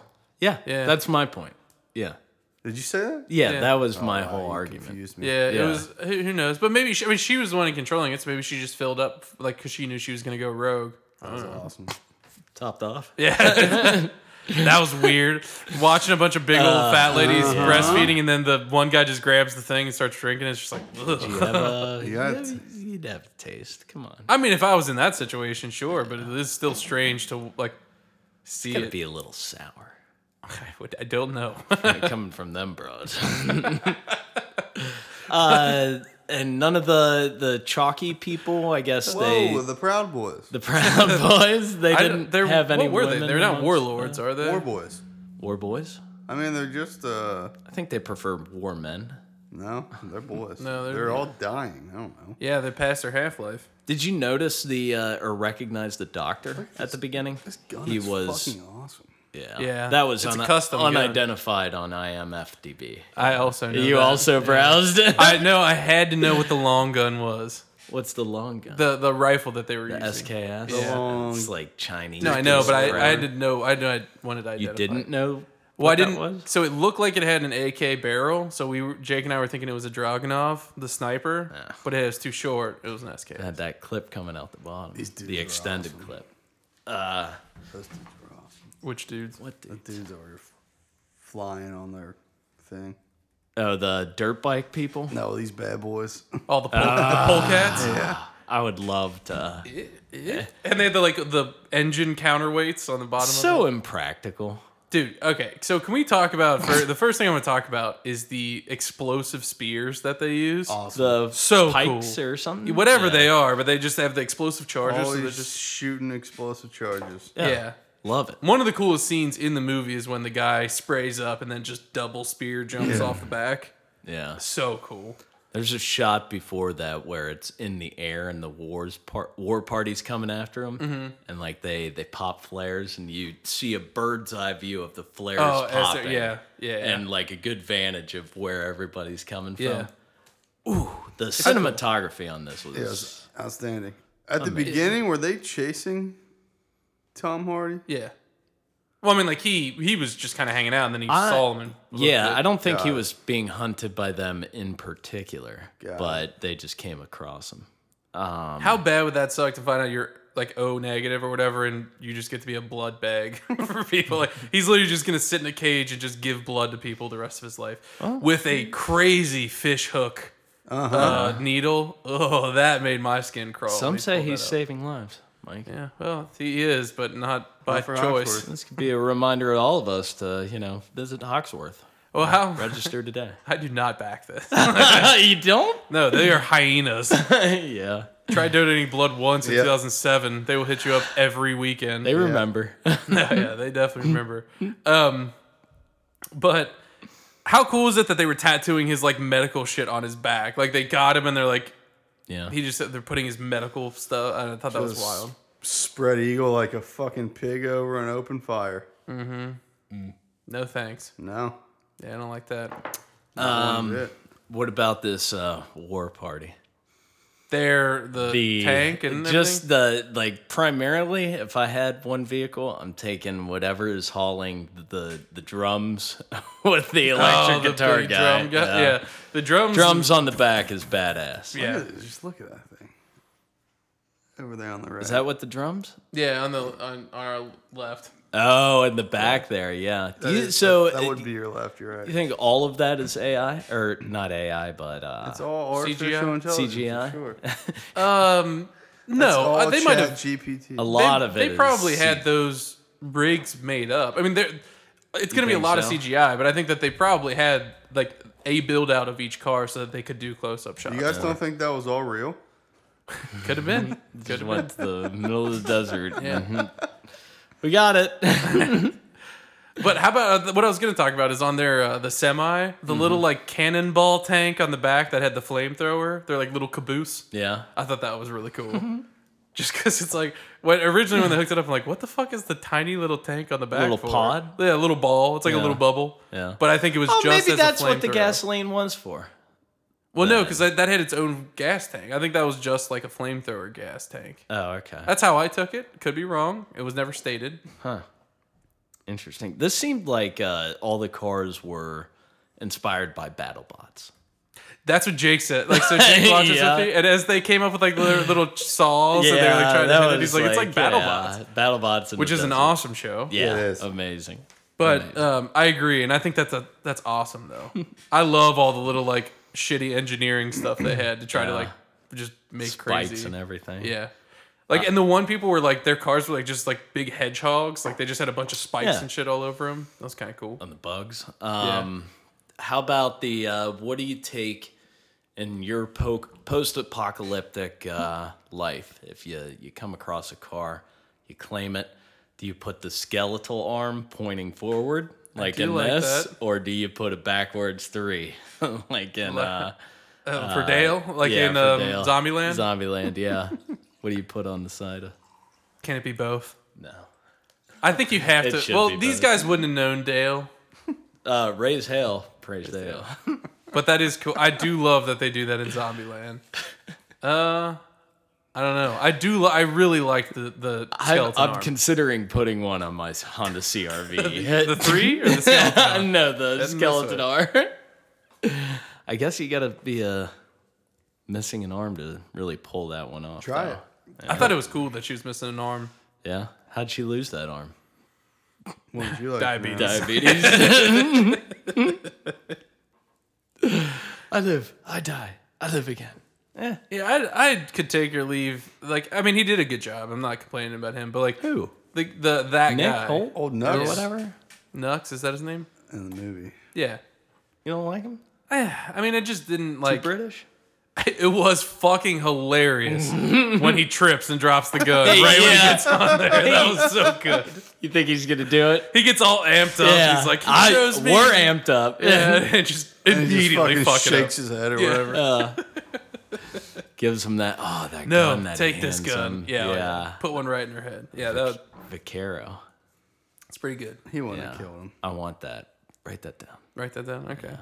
Speaker 2: yeah,
Speaker 1: Yeah.
Speaker 2: That's my point. Yeah,
Speaker 3: Did you say that?
Speaker 2: yeah.
Speaker 1: Yeah.
Speaker 2: That was my
Speaker 3: Oh,
Speaker 2: whole
Speaker 3: you
Speaker 2: argument.
Speaker 3: confused me.
Speaker 1: Yeah,
Speaker 2: Yeah.
Speaker 1: it was. Who who knows? But maybe she, I mean, she was the one controlling it, so maybe she just filled up like because she knew she was gonna go rogue.
Speaker 3: that was
Speaker 2: Uh-huh.
Speaker 3: awesome.
Speaker 2: Topped off.
Speaker 1: Yeah. that was weird. Watching a bunch of big old fat ladies breastfeeding, and then the one guy just grabs the thing and starts drinking. It's just like,
Speaker 2: You
Speaker 1: ugh.
Speaker 2: have a, you
Speaker 3: got-
Speaker 2: have, you'd have a taste. Come on.
Speaker 1: I mean, if I was in that situation, sure, but it is still strange to like see
Speaker 2: It's gonna
Speaker 1: it.
Speaker 2: be a little sour
Speaker 1: I, would- I don't know.
Speaker 2: coming from them bros. uh, and none of the the chalky people. I guess they
Speaker 3: Whoa, the Proud Boys,
Speaker 2: The Proud Boys. They
Speaker 1: I
Speaker 2: didn't
Speaker 1: don't, they're,
Speaker 2: have any.
Speaker 1: what were they?
Speaker 2: women
Speaker 1: They're not
Speaker 2: amongst-
Speaker 1: warlords, are they?
Speaker 3: War Boys.
Speaker 2: War boys.
Speaker 3: I mean, they're just uh,
Speaker 2: I think they prefer war men.
Speaker 3: no, they're boys.
Speaker 1: No,
Speaker 3: they're,
Speaker 1: they're-
Speaker 3: all dying. I don't know.
Speaker 1: yeah, they passed their half life.
Speaker 2: Did you notice the uh, or recognize the doctor at the beginning?
Speaker 3: This gun
Speaker 2: he
Speaker 3: is
Speaker 2: was
Speaker 3: fucking awesome.
Speaker 2: yeah.
Speaker 1: Yeah.
Speaker 2: That was
Speaker 1: It's a
Speaker 2: un-
Speaker 1: custom gun.
Speaker 2: unidentified on IMFDB.
Speaker 1: I also know
Speaker 2: you
Speaker 1: that.
Speaker 2: also browsed.
Speaker 1: I know. I had to know what the long gun was.
Speaker 2: What's the long gun?
Speaker 1: The the rifle that they were using.
Speaker 2: SKS.
Speaker 1: Yeah.
Speaker 3: Long-
Speaker 2: It's like Chinese.
Speaker 1: No, I know, but
Speaker 2: Ghost
Speaker 1: I, I
Speaker 2: Rider.
Speaker 1: didn't know. I know I wanted to identify.
Speaker 2: You didn't know.
Speaker 1: Well, I
Speaker 2: what that
Speaker 1: didn't.
Speaker 2: was?
Speaker 1: So it looked like it had an AK barrel. So we, were, Jake and I, were thinking it was a Dragunov, the sniper, but it was too short. It was an SK.
Speaker 2: I had that clip coming out the bottom.
Speaker 3: These dudes
Speaker 2: the
Speaker 3: are
Speaker 2: extended clip.
Speaker 3: Those dudes were awesome.
Speaker 1: Which dudes?
Speaker 2: What the?
Speaker 3: The dudes that were f- flying on their thing.
Speaker 2: Oh, the dirt bike people.
Speaker 3: No, these bad boys.
Speaker 1: All the pole, the
Speaker 2: Ah,
Speaker 1: polecats.
Speaker 3: yeah.
Speaker 2: I would love to.
Speaker 1: And they had the like the engine counterweights on the bottom. of
Speaker 2: so impractical.
Speaker 1: it. dude. Okay, so can we talk about for the first thing I'm going to talk about is the explosive spears that they use.
Speaker 3: Awesome.
Speaker 2: The
Speaker 1: So
Speaker 2: pikes
Speaker 1: cool.
Speaker 2: or something,
Speaker 1: Whatever
Speaker 2: Yeah.
Speaker 1: they are, but they just have the explosive charges. So
Speaker 3: Always
Speaker 1: they're
Speaker 3: just
Speaker 1: just
Speaker 3: shooting explosive charges.
Speaker 2: Yeah.
Speaker 1: yeah.
Speaker 2: Love it.
Speaker 1: One of the coolest scenes in the movie is when the guy sprays up and then just double spear jumps off the back.
Speaker 2: Yeah.
Speaker 1: So cool.
Speaker 2: There's a shot before that where it's in the air and the wars par- war party's coming after them, and like they they pop flares and you see a bird's eye view of the flares
Speaker 1: Oh, as they're-
Speaker 2: popping.
Speaker 1: yeah, yeah, yeah.
Speaker 2: And like a good vantage of where everybody's coming
Speaker 1: Yeah.
Speaker 2: from. Ooh, the cinematography on this was
Speaker 3: It was outstanding. At the beginning, were they chasing Tom Hardy?
Speaker 1: Yeah. Well, I mean, like he he was just kind of hanging out, and then he
Speaker 2: I-
Speaker 1: saw him. And
Speaker 2: Yeah, I don't think he
Speaker 3: God.
Speaker 2: was being hunted by them in particular,
Speaker 3: God.
Speaker 2: but they just came across him.
Speaker 1: How bad would that suck to find out you're like O negative or whatever, and you just get to be a blood bag for people? Like he's literally just gonna sit in a cage and just give blood to people the rest of his life
Speaker 2: Oh.
Speaker 1: with a crazy fish hook uh needle. Oh, that made my skin crawl. Let
Speaker 2: Uh-huh. Some
Speaker 1: me
Speaker 2: say
Speaker 1: pull that
Speaker 2: he's
Speaker 1: up.
Speaker 2: saving lives, Mike.
Speaker 1: Yeah, well, he is, but not by
Speaker 3: Not for
Speaker 1: choice.
Speaker 3: Oxford.
Speaker 2: This could be a reminder to all of us to, you know, visit Hawksworth.
Speaker 1: Well, how?
Speaker 2: Register today.
Speaker 1: I do not back this.
Speaker 2: you don't?
Speaker 1: no, they are hyenas.
Speaker 2: yeah.
Speaker 1: Try donating blood once in
Speaker 3: Yeah.
Speaker 1: 2007. They will hit you up every weekend.
Speaker 2: They remember.
Speaker 1: yeah, yeah, they definitely remember. Um, but how cool is it that they were tattooing his like medical shit on his back? Like they got him and they're like,
Speaker 2: yeah.
Speaker 1: he just they're putting his medical stuff. I thought that was
Speaker 3: Just
Speaker 1: wild.
Speaker 3: Spread eagle like a fucking pig over an open fire.
Speaker 1: No thanks.
Speaker 3: No.
Speaker 1: Yeah, I don't like that.
Speaker 3: Um, it.
Speaker 2: What about this uh, war party?
Speaker 1: They're the,
Speaker 2: The
Speaker 1: tank and
Speaker 2: just the like primarily. If I had one vehicle, I'm taking whatever is hauling the the drums with the
Speaker 1: everything?
Speaker 2: electric
Speaker 1: Oh, the
Speaker 2: guitar
Speaker 1: big
Speaker 2: guy.
Speaker 1: Drum guy. Yeah. the drums.
Speaker 2: drums on the back is badass.
Speaker 1: Yeah,
Speaker 3: Look at- Just look at that thing. Over there on the right.
Speaker 2: Is that what the drums?
Speaker 1: yeah, on the on our left.
Speaker 2: Oh, in the back there, yeah. Do
Speaker 3: That
Speaker 2: you-
Speaker 3: is-
Speaker 2: so
Speaker 3: that, that would
Speaker 2: uh,
Speaker 3: be your left. You're right.
Speaker 2: you think all of that is AI or not AI, but uh,
Speaker 3: It's all artificial
Speaker 1: CGI?
Speaker 3: intelligence.
Speaker 2: CGI?
Speaker 3: For sure.
Speaker 1: Um,
Speaker 3: It's
Speaker 1: no,
Speaker 3: all
Speaker 1: uh, they might
Speaker 3: Chat
Speaker 1: have.
Speaker 3: GPT.
Speaker 2: a lot
Speaker 1: they,
Speaker 2: of it.
Speaker 1: They
Speaker 2: is
Speaker 1: probably
Speaker 2: C-
Speaker 1: had those rigs made up. I mean, they're, it's going to be a
Speaker 2: think
Speaker 1: lot of
Speaker 2: so?
Speaker 1: CGI, but I think that they probably had like a build out of each car so that they could do close up shots.
Speaker 3: You guys don't think that was all real?
Speaker 1: could have been. Could
Speaker 2: just
Speaker 1: have been.
Speaker 2: went to the middle of the desert.
Speaker 1: Yeah.
Speaker 2: Mhm. we got it.
Speaker 1: But how about uh, what I was going to talk about is on their uh, the semi, the
Speaker 2: Mm-hmm.
Speaker 1: little like cannonball tank on the back that had the flamethrower. They're like little caboose.
Speaker 2: yeah,
Speaker 1: I thought that was really
Speaker 2: Mm-hmm.
Speaker 1: cool. Just because it's like when originally when they hooked it up, I'm like, what the fuck is the tiny little tank on the back?
Speaker 2: Little
Speaker 1: for?
Speaker 2: pod?
Speaker 1: yeah, a little ball. It's like a
Speaker 2: Yeah.
Speaker 1: little bubble.
Speaker 2: Yeah.
Speaker 1: but I think it was
Speaker 2: Oh,
Speaker 1: just
Speaker 2: maybe
Speaker 1: as a
Speaker 2: that's what the
Speaker 1: flamethrower.
Speaker 2: gasoline was for.
Speaker 1: Well, no, because that, that had its own gas tank. I think that was just like a flamethrower gas tank.
Speaker 2: Oh, okay.
Speaker 1: That's how I took it. Could be wrong. It was never stated.
Speaker 2: Huh. Interesting. This seemed like uh, all the cars were inspired by BattleBots.
Speaker 1: That's what Jake said. Like so, Jake watches
Speaker 2: Yeah.
Speaker 1: with me, and as they came up with like their little saws, and they were like trying to
Speaker 2: that
Speaker 1: hit it,
Speaker 2: was
Speaker 1: he's like, "It's like BattleBots,"
Speaker 2: yeah, BattleBots, in
Speaker 1: which
Speaker 2: the
Speaker 1: is an
Speaker 2: desert.
Speaker 1: awesome show.
Speaker 2: Yeah,
Speaker 3: It is.
Speaker 2: amazing.
Speaker 1: But um, I agree, and I think that's a that's awesome though. I love all the little like shitty engineering stuff they had to try to
Speaker 2: Yeah.
Speaker 1: like just make
Speaker 2: Bites
Speaker 1: crazy.
Speaker 2: and everything.
Speaker 1: yeah.
Speaker 2: Uh,
Speaker 1: Like and the one people were like their cars were like just like big hedgehogs, like they just had a bunch of spikes
Speaker 2: Yeah.
Speaker 1: and shit all over them. That was kind of cool.
Speaker 2: on the bugs. Um, How about the uh, what do you take in your po- post-apocalyptic uh, life? If you you come across a car, you claim it. Do you put the skeletal arm pointing forward, like
Speaker 1: do
Speaker 2: in
Speaker 1: like
Speaker 2: this,
Speaker 1: that.
Speaker 2: or do you put a backwards three, like in uh,
Speaker 1: Uh, for Dale, like
Speaker 2: yeah,
Speaker 1: in
Speaker 2: for
Speaker 1: um,
Speaker 2: Dale.
Speaker 1: Zombieland,
Speaker 2: Zombieland, yeah. what do you put on the side of?
Speaker 1: can it be both?
Speaker 2: No.
Speaker 1: I think you have
Speaker 2: It
Speaker 1: to.
Speaker 2: should
Speaker 1: Well,
Speaker 2: be
Speaker 1: these
Speaker 2: both.
Speaker 1: guys wouldn't have known Dale,
Speaker 2: Uh, raise hell, praise Dale.
Speaker 1: but that is cool. I do love that they do that in Zombieland. Uh, I don't know. I do. Li- I really like the the
Speaker 2: I'm,
Speaker 1: skeleton
Speaker 2: I'm
Speaker 1: arm.
Speaker 2: considering putting one on my Honda CRV.
Speaker 1: the three or the skeleton? arm?
Speaker 2: no, the
Speaker 1: this
Speaker 2: skeleton
Speaker 1: one.
Speaker 2: arm. I guess you gotta be uh, missing an arm to really pull that one off.
Speaker 3: Try
Speaker 2: though.
Speaker 3: it.
Speaker 1: I thought it was cool that she was missing an arm.
Speaker 2: Yeah. How'd she lose that arm?
Speaker 3: What would you like?
Speaker 1: Diabetes.
Speaker 3: man?
Speaker 2: Diabetes. I live. I die. I live again.
Speaker 1: Yeah, I, I could take or leave. Like, I mean, he did a good job. I'm not complaining about him, but like
Speaker 2: Who?
Speaker 1: the the that
Speaker 2: Nick
Speaker 1: guy
Speaker 2: Holt
Speaker 3: Old
Speaker 2: or
Speaker 3: nuts.
Speaker 2: whatever.
Speaker 1: Nux is that his name?
Speaker 3: In the movie.
Speaker 1: Yeah.
Speaker 2: You don't like him?
Speaker 1: Eh, I mean, it just didn't like.
Speaker 2: British?
Speaker 1: It was fucking hilarious when he trips and drops the gun right when he
Speaker 2: Yeah.
Speaker 1: gets on there. That was so good.
Speaker 2: You think he's gonna do it? Oh,
Speaker 1: He gets all amped up. He's like, he
Speaker 2: I-
Speaker 1: chose me.
Speaker 2: We're amped up.
Speaker 1: Yeah, and just
Speaker 3: And he just
Speaker 1: immediately
Speaker 3: fucking
Speaker 1: fucking
Speaker 3: shakes his head or whatever.
Speaker 2: Gives him that. Oh, that
Speaker 1: No,
Speaker 2: gun. that he
Speaker 1: take this
Speaker 2: hands
Speaker 1: gun.
Speaker 2: him."
Speaker 1: Yeah,
Speaker 2: yeah.
Speaker 1: put one right in her head. Yeah, that
Speaker 2: Vaquero.
Speaker 1: that's pretty good.
Speaker 3: He wanted
Speaker 2: Yeah.
Speaker 3: to kill him.
Speaker 2: I want that. Write that down.
Speaker 1: Write that down. Okay,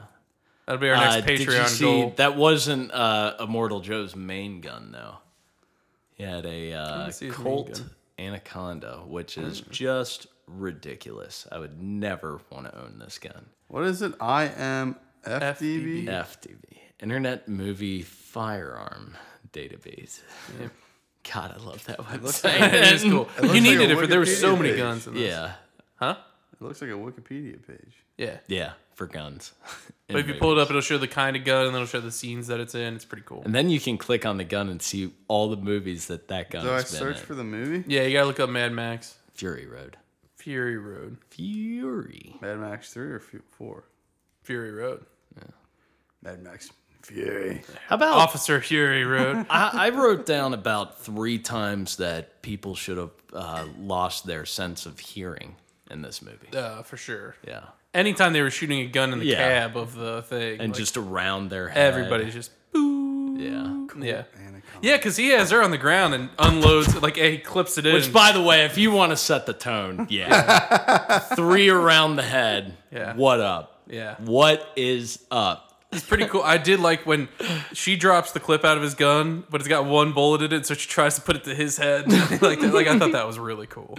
Speaker 1: that'll be our next
Speaker 2: Uh,
Speaker 1: Patreon
Speaker 2: did you see-
Speaker 1: goal.
Speaker 2: That wasn't uh, Immortal Joe's main gun, though. He had a uh,
Speaker 1: see his main
Speaker 2: Colt
Speaker 1: gun.
Speaker 2: Anaconda, which is just ridiculous. I would never want to own this gun.
Speaker 3: What is it? I am FDB.
Speaker 2: FDB, Internet Movie Firearm Database. God, I love that website.
Speaker 1: it is cool.
Speaker 3: looks
Speaker 1: You
Speaker 3: like
Speaker 1: needed
Speaker 3: a
Speaker 1: it for there were so
Speaker 3: Wikipedia
Speaker 1: many
Speaker 3: page.
Speaker 1: guns in this.
Speaker 2: yeah,
Speaker 1: Huh?
Speaker 3: It looks like a Wikipedia page.
Speaker 1: Yeah.
Speaker 2: yeah, for guns.
Speaker 1: But if you pull it up, it'll show the kind of gun and it'll show the scenes that it's in. It's pretty cool.
Speaker 2: and then you can click on the gun and see all the movies that that gun
Speaker 3: Do I
Speaker 2: has been
Speaker 3: search
Speaker 2: in.
Speaker 3: for the movie?
Speaker 1: Yeah, you gotta look up Mad Max
Speaker 2: Fury Road.
Speaker 1: Fury Road.
Speaker 2: Fury.
Speaker 3: Mad Max 3 or Fu- 4?
Speaker 1: Fury Road.
Speaker 3: Mad Max Fury.
Speaker 2: How about
Speaker 1: Officer Fury Road.
Speaker 2: I, I wrote down about three times that people should have uh, lost their sense of hearing in this movie.
Speaker 1: uh, for sure.
Speaker 2: Yeah.
Speaker 1: Anytime they were shooting a gun in the
Speaker 2: Yeah.
Speaker 1: cab of the thing,
Speaker 2: And
Speaker 1: like,
Speaker 2: just around their head.
Speaker 1: everybody's just boo.
Speaker 2: Yeah.
Speaker 1: Yeah.
Speaker 3: Anaconda.
Speaker 1: Yeah, because he has her on the ground and unloads like he clips it in.
Speaker 2: Which, by the way, if you want to set the tone, yeah, three around the head.
Speaker 1: Yeah.
Speaker 2: What up?
Speaker 1: yeah,
Speaker 2: What is up?
Speaker 1: it's pretty cool. I did like when she drops the clip out of his gun, but it's got one bullet in it, so she tries to put it to his head. like, that. like I thought that was really cool.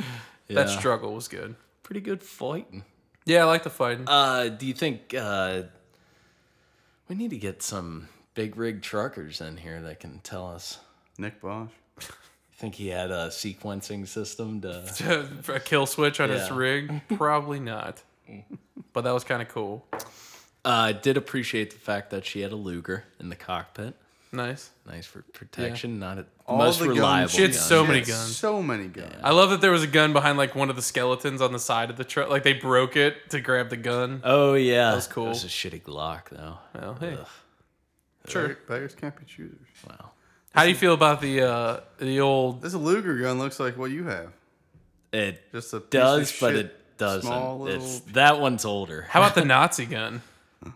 Speaker 1: That
Speaker 2: Yeah.
Speaker 1: struggle was good.
Speaker 2: Pretty good fighting.
Speaker 1: Yeah, I like the fighting.
Speaker 2: Uh, do you think uh, we need to get some big rig truckers in here that can tell us?
Speaker 3: Nick Bosch.
Speaker 2: Think he had a sequencing system to? uh,
Speaker 1: For a kill switch on his
Speaker 2: Yeah.
Speaker 1: rig? Probably not. But that was kind of cool.
Speaker 2: I did appreciate the fact that she had a Luger in the cockpit.
Speaker 1: Nice.
Speaker 2: Nice for protection. Not a
Speaker 3: All
Speaker 2: most
Speaker 3: the guns-
Speaker 2: reliable.
Speaker 1: She had
Speaker 2: gun.
Speaker 1: so
Speaker 3: She
Speaker 1: many
Speaker 3: had
Speaker 1: guns.
Speaker 3: So many guns.
Speaker 1: I love that there was a gun behind like one of the skeletons on the side of the truck. Like they broke it to grab the gun.
Speaker 2: Oh yeah, that
Speaker 1: was cool.
Speaker 2: It was a shitty Glock though.
Speaker 1: Well, hey.
Speaker 2: Ugh,
Speaker 1: Sure.
Speaker 3: Beggars can't be choosers.
Speaker 2: wow.
Speaker 1: How do you feel about the uh the old
Speaker 3: This Luger gun looks like what you have.
Speaker 2: It
Speaker 3: Just a piece
Speaker 2: does,
Speaker 3: of
Speaker 2: but
Speaker 3: shit,
Speaker 2: it doesn't.
Speaker 3: Small little.
Speaker 2: It's that one's older.
Speaker 1: how about the Nazi gun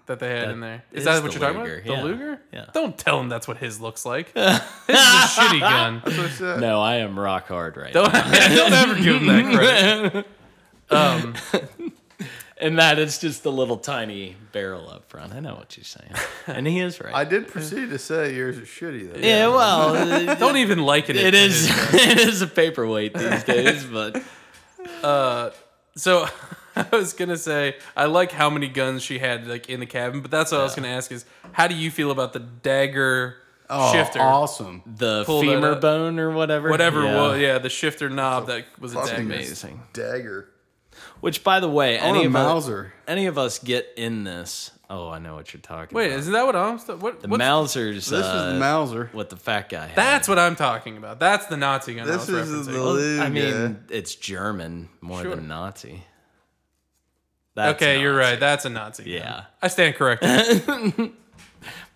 Speaker 1: that they had in there? Is that
Speaker 2: is
Speaker 1: what
Speaker 2: the
Speaker 1: you're talking
Speaker 2: Luger,
Speaker 1: about?
Speaker 2: yeah.
Speaker 1: The Luger?
Speaker 2: Yeah.
Speaker 1: Don't tell him that's what his looks like. His is a shitty gun.
Speaker 3: That's what I said.
Speaker 2: No, I am rock hard right
Speaker 1: Don't, don't ever give him that credit.
Speaker 2: now. and that is just the little tiny barrel up front. I know what you're saying, and he is right.
Speaker 3: I did proceed to say yours is shitty though.
Speaker 2: yeah, well,
Speaker 1: Don't even liken it.
Speaker 2: it
Speaker 1: to
Speaker 2: is.
Speaker 1: his.
Speaker 2: It is a paperweight these days, but
Speaker 1: So I was gonna say I like how many guns she had like in the cabin, but that's what I was gonna ask is how do you feel about the dagger
Speaker 3: Oh,
Speaker 1: shifter?
Speaker 3: Awesome.
Speaker 2: the
Speaker 1: Pull that
Speaker 2: femur
Speaker 1: up.
Speaker 2: bone or whatever,
Speaker 1: Whatever
Speaker 2: yeah.
Speaker 1: yeah. was yeah, the shifter knob that was a
Speaker 3: fucking
Speaker 1: dagger.
Speaker 2: amazing.
Speaker 3: Dagger.
Speaker 2: Which, by the way,
Speaker 3: On
Speaker 2: any
Speaker 3: a
Speaker 2: of us,
Speaker 3: Mauser.
Speaker 2: any of us get in this. Oh, I know what you're talking
Speaker 1: Wait,
Speaker 2: about.
Speaker 1: isn't that what I'm st- what
Speaker 2: uh, the
Speaker 1: what's-
Speaker 2: Mausers.
Speaker 3: This
Speaker 2: uh,
Speaker 3: is the Mauser.
Speaker 2: What the fat guy had.
Speaker 1: That's what I'm talking about. That's the Nazi gun.
Speaker 3: This
Speaker 1: I was
Speaker 3: is
Speaker 1: referencing.
Speaker 3: the
Speaker 2: Well, I
Speaker 3: Luger.
Speaker 2: mean, it's German more
Speaker 1: Sure.
Speaker 2: than Nazi. That's
Speaker 1: okay, you're
Speaker 2: Nazi.
Speaker 1: right. That's a Nazi. gun.
Speaker 2: Yeah.
Speaker 1: I stand corrected.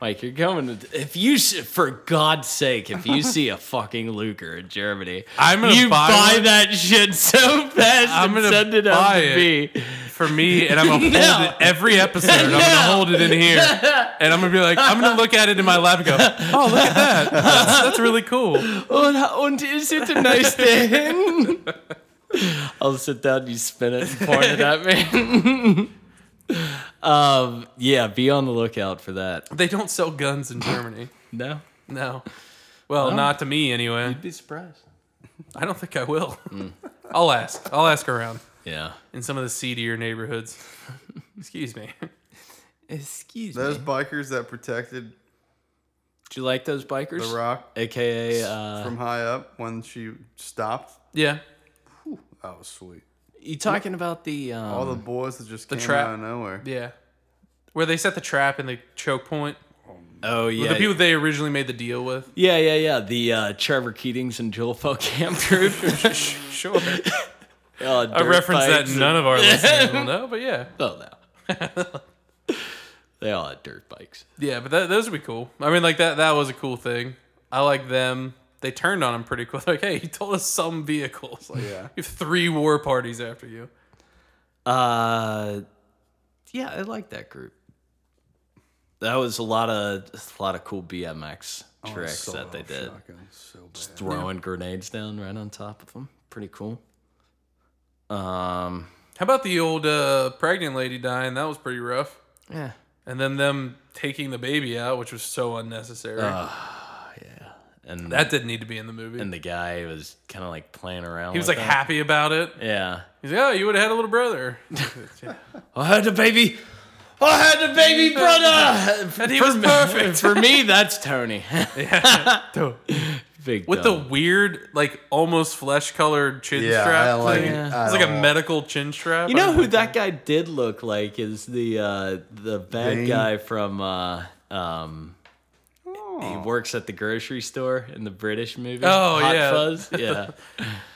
Speaker 2: Mike, you're going with. If you, s- for God's sake, if you see a fucking Luger in Germany,
Speaker 1: I'm gonna
Speaker 2: you
Speaker 1: buy
Speaker 2: buy
Speaker 1: one.
Speaker 2: that shit so fast
Speaker 1: I'm
Speaker 2: and
Speaker 1: gonna
Speaker 2: send it out
Speaker 1: buy
Speaker 2: to
Speaker 1: it.
Speaker 2: me.
Speaker 1: for me, and I'm gonna hold
Speaker 2: No.
Speaker 1: it every episode. I'm gonna hold it in here, and I'm gonna be like, I'm gonna look at it in my lab and go, "Oh, look at that! That's, that's really cool."
Speaker 2: Und, und oh, is it a nice thing? I'll sit down, you spin it, and point it at me. um, yeah, be on the lookout for that.
Speaker 1: They don't sell guns in Germany.
Speaker 2: No,
Speaker 1: No, well, not to me anyway.
Speaker 2: be surprised.
Speaker 1: I don't think I will. I'll ask. I'll ask around
Speaker 2: Yeah.
Speaker 1: in some of the seedier neighborhoods. Excuse me.
Speaker 2: Excuse
Speaker 3: Those
Speaker 2: me.
Speaker 3: bikers that protected
Speaker 2: Do you like those bikers?
Speaker 3: the rock
Speaker 2: AKA, uh,
Speaker 3: from high up when she stopped.
Speaker 1: Yeah,
Speaker 3: That was sweet.
Speaker 2: you talking about the um,
Speaker 3: All the boys that just came
Speaker 1: trap.
Speaker 3: out of nowhere.
Speaker 1: yeah. Where they set the trap and the choke point.
Speaker 2: oh yeah,
Speaker 1: The people they originally made the deal with.
Speaker 2: yeah, yeah, yeah, the uh, Trevor Keatings and Joel Camp group.
Speaker 1: Sure.
Speaker 2: uh,
Speaker 1: I referenced that none of our listeners will know, but yeah.
Speaker 2: Oh no, they all had dirt bikes.
Speaker 1: Yeah, but that, those would be cool. I mean, like that that was a cool thing. I like them. They turned on him pretty quick. Like, hey, you told us some vehicles. Like,
Speaker 3: Yeah.
Speaker 1: you have three war parties after you.
Speaker 2: Uh, yeah, I like that group. That was a lot of a lot of cool BMX
Speaker 1: Oh,
Speaker 2: tricks that they did.
Speaker 3: Shotgun, so bad.
Speaker 2: Throwing grenades down right on top of them. Pretty cool. Um,
Speaker 1: How about the old uh, pregnant lady dying? That was pretty rough.
Speaker 2: yeah,
Speaker 1: And then them taking the baby out, which was so unnecessary.
Speaker 2: and
Speaker 1: that didn't need to be in the movie.
Speaker 2: and the guy was kind of like playing around.
Speaker 1: he was like
Speaker 2: that.
Speaker 1: happy about it.
Speaker 2: yeah.
Speaker 1: He's like, oh, you would have had a little brother.
Speaker 2: I had a baby. I had a baby brother.
Speaker 1: And he was perfect.
Speaker 2: For me, that's Tony. Big
Speaker 1: With the
Speaker 2: dog.
Speaker 1: weird, like almost flesh colored chin
Speaker 3: Yeah,
Speaker 1: strap.
Speaker 3: I like
Speaker 1: thing.
Speaker 3: it.
Speaker 2: Yeah.
Speaker 3: I
Speaker 1: It's like a
Speaker 3: don't-
Speaker 1: medical chin strap.
Speaker 2: You
Speaker 1: I
Speaker 2: know
Speaker 1: don't
Speaker 2: who
Speaker 1: like
Speaker 2: that guy did look like is the uh, the bad
Speaker 3: Bane?
Speaker 2: guy from uh, um, he works at the grocery store in the British movie.
Speaker 1: Oh,
Speaker 2: Hot
Speaker 1: yeah.
Speaker 2: Fuzz. Yeah,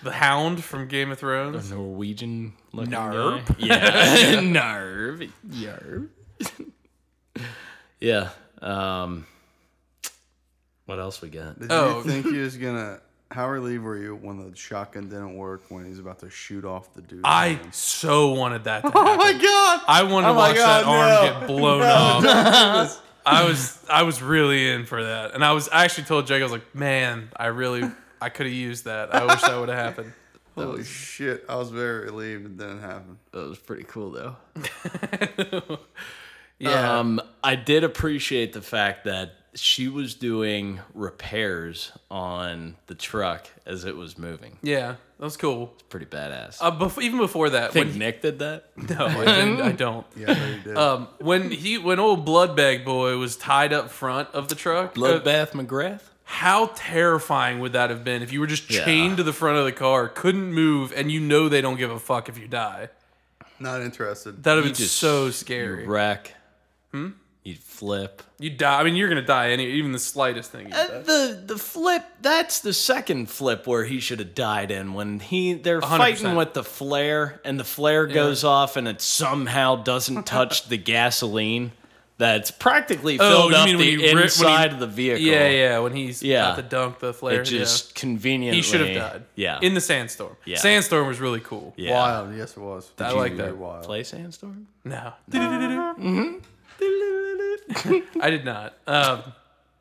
Speaker 1: The Hound from Game of Thrones.
Speaker 2: Norwegian looking
Speaker 1: Narb.
Speaker 2: guy. Yeah, Narb. Yarb. yeah. Um, what else we got?
Speaker 3: Did
Speaker 1: Oh.
Speaker 3: you think he was gonna? How relieved were you when the shotgun didn't work when he's about to shoot off the dude?
Speaker 1: I so wanted that to happen.
Speaker 3: Oh my god!
Speaker 1: I wanted to
Speaker 3: my
Speaker 1: watch
Speaker 3: God,
Speaker 1: that arm
Speaker 3: no.
Speaker 1: get blown
Speaker 3: No,
Speaker 1: off.
Speaker 3: don't do this.
Speaker 1: I was I was really in for that, and I was I actually told Jake I was like, man, I really I could have used that. I wish that would have happened.
Speaker 3: Holy shit! I was very relieved it didn't happen.
Speaker 2: That was pretty cool though.
Speaker 1: Yeah,
Speaker 2: Um, I did appreciate the fact that she was doing repairs on the truck as it was moving.
Speaker 1: yeah, that was cool.
Speaker 2: Pretty badass.
Speaker 1: Uh, bef- even before that,
Speaker 2: think
Speaker 1: when
Speaker 2: Nick did that.
Speaker 1: no, I, didn't, I don't.
Speaker 3: Yeah, I did.
Speaker 1: Um, when he when old Bloodbag Boy was tied up front of the truck, uh,
Speaker 2: Bloodbath McGrath.
Speaker 1: how terrifying would that have been if you were just
Speaker 2: Yeah.
Speaker 1: chained to the front of the car, couldn't move, and you know they don't give a fuck if you die?
Speaker 3: Not interested.
Speaker 1: That would
Speaker 2: You
Speaker 1: have been
Speaker 2: just-
Speaker 1: so scary.
Speaker 2: You wreck. Hmm. You flip.
Speaker 1: You die. I mean, you're gonna die any even the slightest thing. you die.
Speaker 2: Uh, the the flip that's the second flip where he should have died in when he they're
Speaker 1: 100%.
Speaker 2: fighting with the flare and the flare goes off and it somehow doesn't touch the gasoline that's practically filled
Speaker 1: Oh, you
Speaker 2: up
Speaker 1: mean when he
Speaker 2: the
Speaker 1: ri- when he-
Speaker 2: inside of the vehicle.
Speaker 1: Yeah, yeah. When he's
Speaker 2: Yeah.
Speaker 1: about to dunk the flare,
Speaker 2: It just
Speaker 1: yeah.
Speaker 2: conveniently
Speaker 1: he should have died.
Speaker 2: Yeah.
Speaker 1: in the sandstorm.
Speaker 2: Yeah.
Speaker 1: Sandstorm was really cool.
Speaker 2: yeah.
Speaker 3: Wild. Yes, it was.
Speaker 1: I like that.
Speaker 3: Very Wild.
Speaker 2: play sandstorm.
Speaker 1: No.
Speaker 2: Mm-hmm.
Speaker 1: I did not. Um,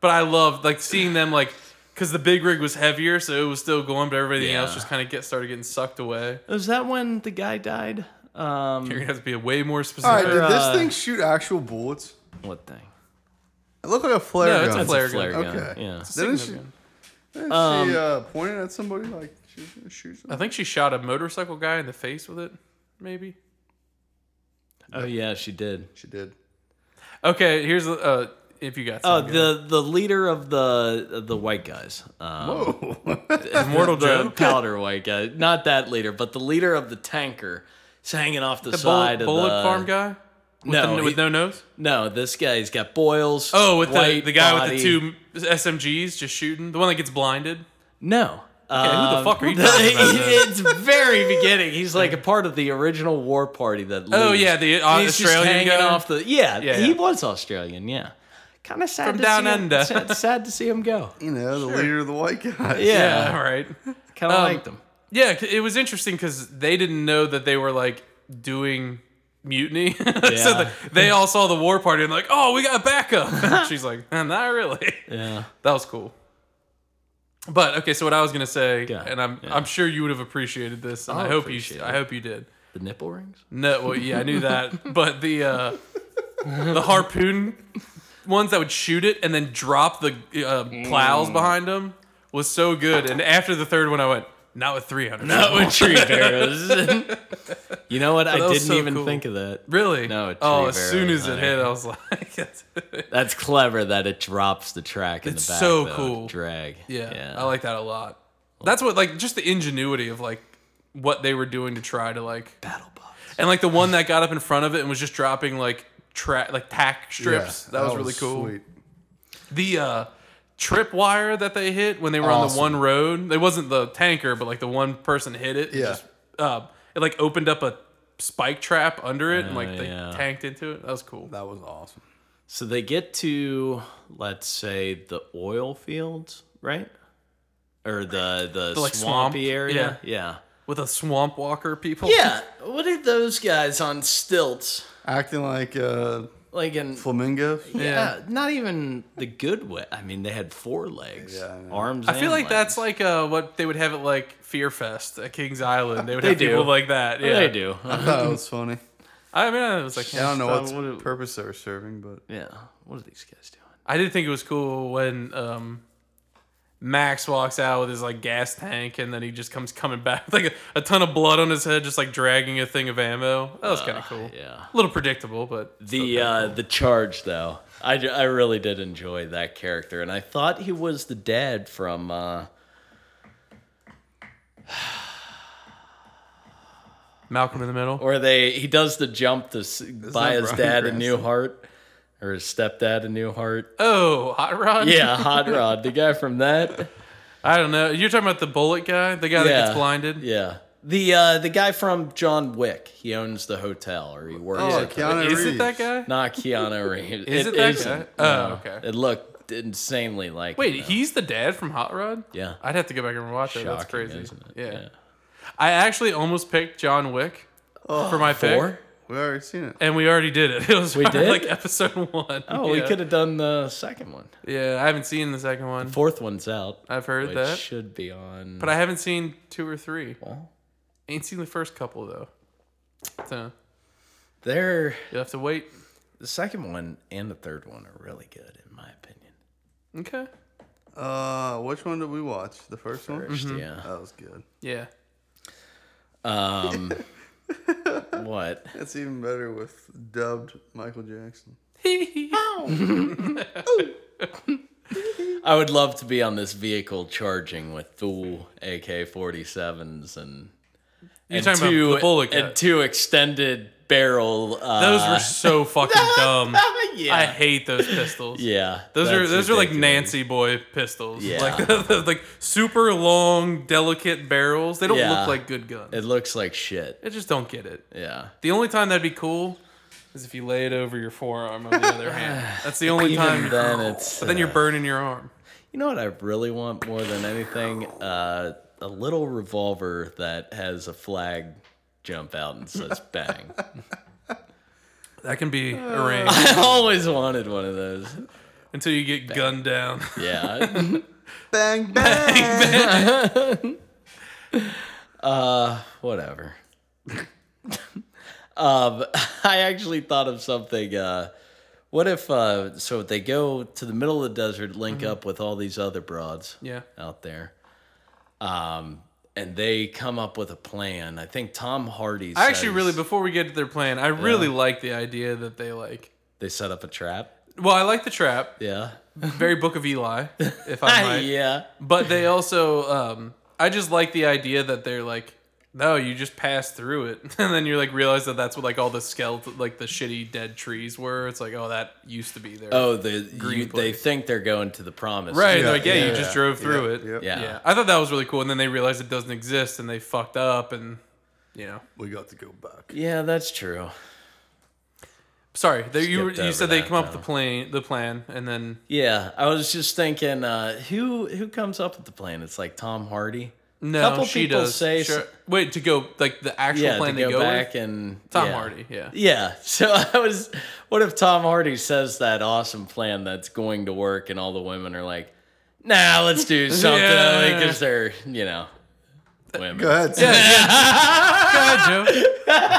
Speaker 1: but I loved like seeing them like because the big rig was heavier, so it was still going, but everything
Speaker 2: Yeah. Um,
Speaker 1: else just kind of get started getting sucked away.
Speaker 2: Was that when the guy died?
Speaker 1: You're
Speaker 2: Um,
Speaker 1: gonna have to be way more
Speaker 3: All right.
Speaker 1: specific.
Speaker 3: Did
Speaker 2: uh,
Speaker 3: this thing shoot actual bullets?
Speaker 2: what thing?
Speaker 3: It looked like a flare
Speaker 1: No,
Speaker 3: gun.
Speaker 1: it's a flare
Speaker 2: It's a flare
Speaker 1: gun. Um,
Speaker 2: gun.
Speaker 3: Okay.
Speaker 2: Yeah.
Speaker 3: Didn't
Speaker 1: Signal
Speaker 3: she,
Speaker 1: gun.
Speaker 3: didn't she uh, point it at somebody like she was gonna shoot
Speaker 1: I
Speaker 3: something?
Speaker 1: think she shot a motorcycle guy in the face with it, maybe.
Speaker 2: Oh yeah, she did.
Speaker 3: She did.
Speaker 1: Okay, here's uh, if you got
Speaker 2: Oh,
Speaker 1: something.
Speaker 2: the the leader of the of the white guys. Um,
Speaker 1: mortal
Speaker 2: the
Speaker 1: joke.
Speaker 2: powder white guy. Not that leader, but the leader of the tanker is hanging off the,
Speaker 1: The
Speaker 2: side
Speaker 1: bullet,
Speaker 2: of
Speaker 1: bullet
Speaker 2: the
Speaker 1: farm guy with,
Speaker 2: No,
Speaker 1: the,
Speaker 2: he-
Speaker 1: with no nose.
Speaker 2: No, this guy's got boils.
Speaker 1: Oh, with the,
Speaker 2: white
Speaker 1: the guy
Speaker 2: body.
Speaker 1: with the two SMGs just shooting, the one that gets blinded.
Speaker 2: No.
Speaker 1: Okay, who the
Speaker 2: Um,
Speaker 1: fuck are you talking about? then?
Speaker 2: it's very beginning. He's like a part of the original war party that.
Speaker 1: Oh,
Speaker 2: leaves.
Speaker 1: yeah, the, uh,
Speaker 2: And he's just
Speaker 1: Australian
Speaker 2: hanging
Speaker 1: guy?
Speaker 2: off the. Yeah,
Speaker 1: Yeah,
Speaker 2: he
Speaker 1: yeah.
Speaker 2: was Australian. Yeah, kind of sad
Speaker 1: From
Speaker 2: to
Speaker 1: down
Speaker 2: see him-
Speaker 1: under.
Speaker 2: sad, sad to see him go.
Speaker 3: You know, the leader of the white guys.
Speaker 2: Yeah,
Speaker 1: Yeah, all right.
Speaker 2: kind of
Speaker 1: Um,
Speaker 2: liked him.
Speaker 1: Yeah, 'cause it was interesting because they didn't know that they were like doing mutiny. so
Speaker 2: Yeah.
Speaker 1: the, they all saw the war party and like, oh, we got backup. She's like, "Eh, not really.
Speaker 2: Yeah.
Speaker 1: That was cool. But okay, so what I was gonna say,
Speaker 2: Yeah,
Speaker 1: and I'm
Speaker 2: yeah.
Speaker 1: I'm sure you would have appreciated this, and
Speaker 2: I'll
Speaker 1: I hope you
Speaker 2: appreciate
Speaker 1: I
Speaker 2: it.
Speaker 1: hope you did.
Speaker 2: The nipple rings.
Speaker 1: No, well, yeah, I knew that, but the uh, the harpoon ones that would shoot it and then drop the uh, plows behind them was so good. And after the third one, I went not with three hundred.
Speaker 2: Not with tree barrows. you know what? I
Speaker 1: that was
Speaker 2: didn't
Speaker 1: so
Speaker 2: even
Speaker 1: cool.
Speaker 2: think of that.
Speaker 1: Really?
Speaker 2: No, it's
Speaker 1: Oh,
Speaker 2: tree
Speaker 1: as soon as
Speaker 2: barrels,
Speaker 1: it
Speaker 2: I
Speaker 1: hit, I was like, that's-
Speaker 2: That's clever that it drops the track in
Speaker 1: It's
Speaker 2: the back.
Speaker 1: so
Speaker 2: though.
Speaker 1: cool.
Speaker 2: Drag.
Speaker 1: yeah, I like that a lot. That's what like just the ingenuity of like what they were doing to try to like
Speaker 2: battle box.
Speaker 1: and like the one that got up in front of it and was just dropping like track like tack strips. that, was really cool.
Speaker 3: Sweet.
Speaker 1: the uh trip wire that they hit when they were on the
Speaker 3: Awesome.
Speaker 1: one road it wasn't the tanker but like the one person hit it it
Speaker 3: Yeah.
Speaker 1: just, uh, it like opened up a spike trap under it and like they
Speaker 2: Uh, yeah.
Speaker 1: tanked into it that was cool
Speaker 3: That was awesome.
Speaker 2: So they get to let's say the oil fields, right? Or the the,
Speaker 1: like,
Speaker 2: swampy
Speaker 1: swamp,
Speaker 2: area. Yeah.
Speaker 1: with a swamp walker people
Speaker 2: Yeah. What are those guys on stilts?
Speaker 3: Acting like uh,
Speaker 2: Like in
Speaker 3: flamingos.
Speaker 2: yeah, not even the good way. I mean, they had four legs,
Speaker 3: Yeah, I know.
Speaker 2: arms.
Speaker 1: i feel
Speaker 2: and
Speaker 1: like
Speaker 2: legs.
Speaker 1: that's like uh what they would have at like fear fest at king's island they would
Speaker 2: They
Speaker 1: have
Speaker 2: do.
Speaker 1: people like that yeah Uh-huh.
Speaker 2: they do.
Speaker 3: I thought it was funny.
Speaker 1: i mean i was like
Speaker 3: I don't know
Speaker 2: Thought
Speaker 3: what
Speaker 2: what it-
Speaker 3: purpose they were serving, but
Speaker 2: yeah. What are these guys doing?
Speaker 1: i did think it was cool when um Max walks out with his like gas tank, and then he just comes coming back with like a, a ton of blood on his head, just like dragging a thing of ammo. That was kind of cool.
Speaker 2: Yeah.
Speaker 1: A little predictable, but
Speaker 2: The uh, the charge though, I, ju- I really did enjoy that character, and I thought he was the dad from. Uh,
Speaker 1: Malcolm in the Middle.
Speaker 2: or they he does the jump to s- buy
Speaker 3: that
Speaker 2: his
Speaker 3: Brian
Speaker 2: dad a
Speaker 3: Cranston?
Speaker 2: new heart, or his stepdad a new heart.
Speaker 1: Oh, Hot Rod.
Speaker 2: Yeah, Hot Rod, the guy from that.
Speaker 1: I don't know. You're talking about the bullet guy, the guy that
Speaker 2: Yeah.
Speaker 1: gets blinded.
Speaker 2: Yeah, the uh, the guy from John Wick. He owns the hotel, or he works.
Speaker 3: Oh,
Speaker 2: at the-
Speaker 3: Keanu
Speaker 1: Is it
Speaker 3: Reeves.
Speaker 1: that guy?
Speaker 2: Not Keanu Reeves.
Speaker 1: Is it that
Speaker 2: isn't.
Speaker 1: guy? Oh,
Speaker 2: No.
Speaker 1: okay.
Speaker 2: It looked insanely like.
Speaker 1: Wait,
Speaker 2: him, though.
Speaker 1: he's the dad from Hot Rod.
Speaker 2: Yeah.
Speaker 1: I'd have to go back and watch that. That's
Speaker 2: Shocking,
Speaker 1: crazy.
Speaker 2: isn't it?
Speaker 3: Oh.
Speaker 1: Yeah. I actually almost picked John Wick for my pick.
Speaker 2: Four?
Speaker 3: We already seen it.
Speaker 1: and we already did it. It was we
Speaker 2: did?
Speaker 1: like episode one.
Speaker 2: Oh,
Speaker 1: yeah.
Speaker 2: we could have done the second one.
Speaker 1: Yeah, I haven't seen the second one.
Speaker 2: Fourth one's out.
Speaker 1: I've heard
Speaker 2: which
Speaker 1: that.
Speaker 2: should be on.
Speaker 1: But I haven't seen two or three.
Speaker 2: well,
Speaker 1: Ain't seen the first couple though. So
Speaker 2: they're
Speaker 1: you'll have to wait.
Speaker 2: the second one and the third one are really good in my opinion.
Speaker 1: Okay.
Speaker 3: Uh, which one did we watch? The first one.
Speaker 2: 1st
Speaker 1: Mm-hmm.
Speaker 2: yeah.
Speaker 3: That was good.
Speaker 1: Yeah.
Speaker 2: Um, what?
Speaker 3: That's even better with dubbed Michael Jackson.
Speaker 2: I would love to be on this vehicle charging with two AK-47s and
Speaker 1: You're
Speaker 2: and
Speaker 1: talking about
Speaker 2: two
Speaker 1: the bullet
Speaker 2: and
Speaker 1: cut.
Speaker 2: two extended barrel. Uh,
Speaker 1: Those were so fucking dumb.
Speaker 2: yeah,
Speaker 1: I hate those pistols.
Speaker 2: yeah.
Speaker 1: Those are
Speaker 2: that's
Speaker 1: those are like
Speaker 2: ridiculous.
Speaker 1: Nancy boy pistols.
Speaker 2: Yeah.
Speaker 1: Like like super long, delicate barrels. They don't
Speaker 2: Yeah.
Speaker 1: look like good guns.
Speaker 2: It looks like shit.
Speaker 1: I just don't get it.
Speaker 2: Yeah.
Speaker 1: The only time that'd be cool is if you lay it over your forearm on the other hand. That's the only
Speaker 2: Even
Speaker 1: time.
Speaker 2: then, it's.
Speaker 1: but then you're
Speaker 2: uh,
Speaker 1: burning your arm.
Speaker 2: You know what I really want more than anything? Uh, a little revolver that has a flag jump out and says bang.
Speaker 1: That can be arranged
Speaker 2: I always wanted one of those.
Speaker 1: until you get gunned down.
Speaker 2: Yeah.
Speaker 3: Bang bang.
Speaker 2: Whatever. um, I actually thought of something. Uh, what if uh, so they go to the middle of the desert, link up with all these other broads?
Speaker 1: Mm-hmm. yeah.
Speaker 2: out there. Um, and they come up with a plan. I think Tom Hardy.
Speaker 1: I actually
Speaker 2: says
Speaker 1: really before we get to their plan, I really like the idea that they like.
Speaker 2: they set up a trap.
Speaker 1: Well, I like the trap,
Speaker 2: Yeah.
Speaker 1: very Book of Eli, if I might.
Speaker 2: yeah.
Speaker 1: But they also, um, I just like the idea that they're like, no, you just pass through it, and then you like realize that that's what like all the skeleton, like the shitty dead trees were. It's like, oh, that used to be there.
Speaker 2: Oh, the
Speaker 1: Green
Speaker 2: you, they
Speaker 1: place.
Speaker 2: think they're going to the promise.
Speaker 1: Right,
Speaker 3: Yeah,
Speaker 1: they're like yeah,
Speaker 3: yeah,
Speaker 1: you just
Speaker 3: yeah.
Speaker 1: drove through
Speaker 3: Yep,
Speaker 1: it.
Speaker 3: yep.
Speaker 2: Yeah.
Speaker 1: I thought that was really cool, and then they realized it doesn't exist, and they fucked up, and you know,
Speaker 3: We got to go back.
Speaker 2: Yeah, that's true.
Speaker 1: sorry, they, you
Speaker 2: Skipped
Speaker 1: you
Speaker 2: over
Speaker 1: said they
Speaker 2: that,
Speaker 1: come up with
Speaker 2: though.
Speaker 1: the plan, the plan, and then
Speaker 2: Yeah, I was just thinking, uh, who who comes up with the plan? It's like Tom Hardy.
Speaker 1: no,
Speaker 2: Couple
Speaker 1: she
Speaker 2: people
Speaker 1: does.
Speaker 2: say
Speaker 1: Sure.
Speaker 2: s-
Speaker 1: Wait to go like the actual
Speaker 2: Yeah,
Speaker 1: plan
Speaker 2: to go,
Speaker 1: go, with?
Speaker 2: back and
Speaker 1: Tom
Speaker 2: yeah.
Speaker 1: Hardy, yeah.
Speaker 2: Yeah. So I was, what if Tom Hardy says that awesome plan that's going to work, and all the women are like, "Nah, let's do something,"
Speaker 1: Yeah.
Speaker 2: because they're, you know, women.
Speaker 3: Go ahead.
Speaker 1: Go ahead, Joe.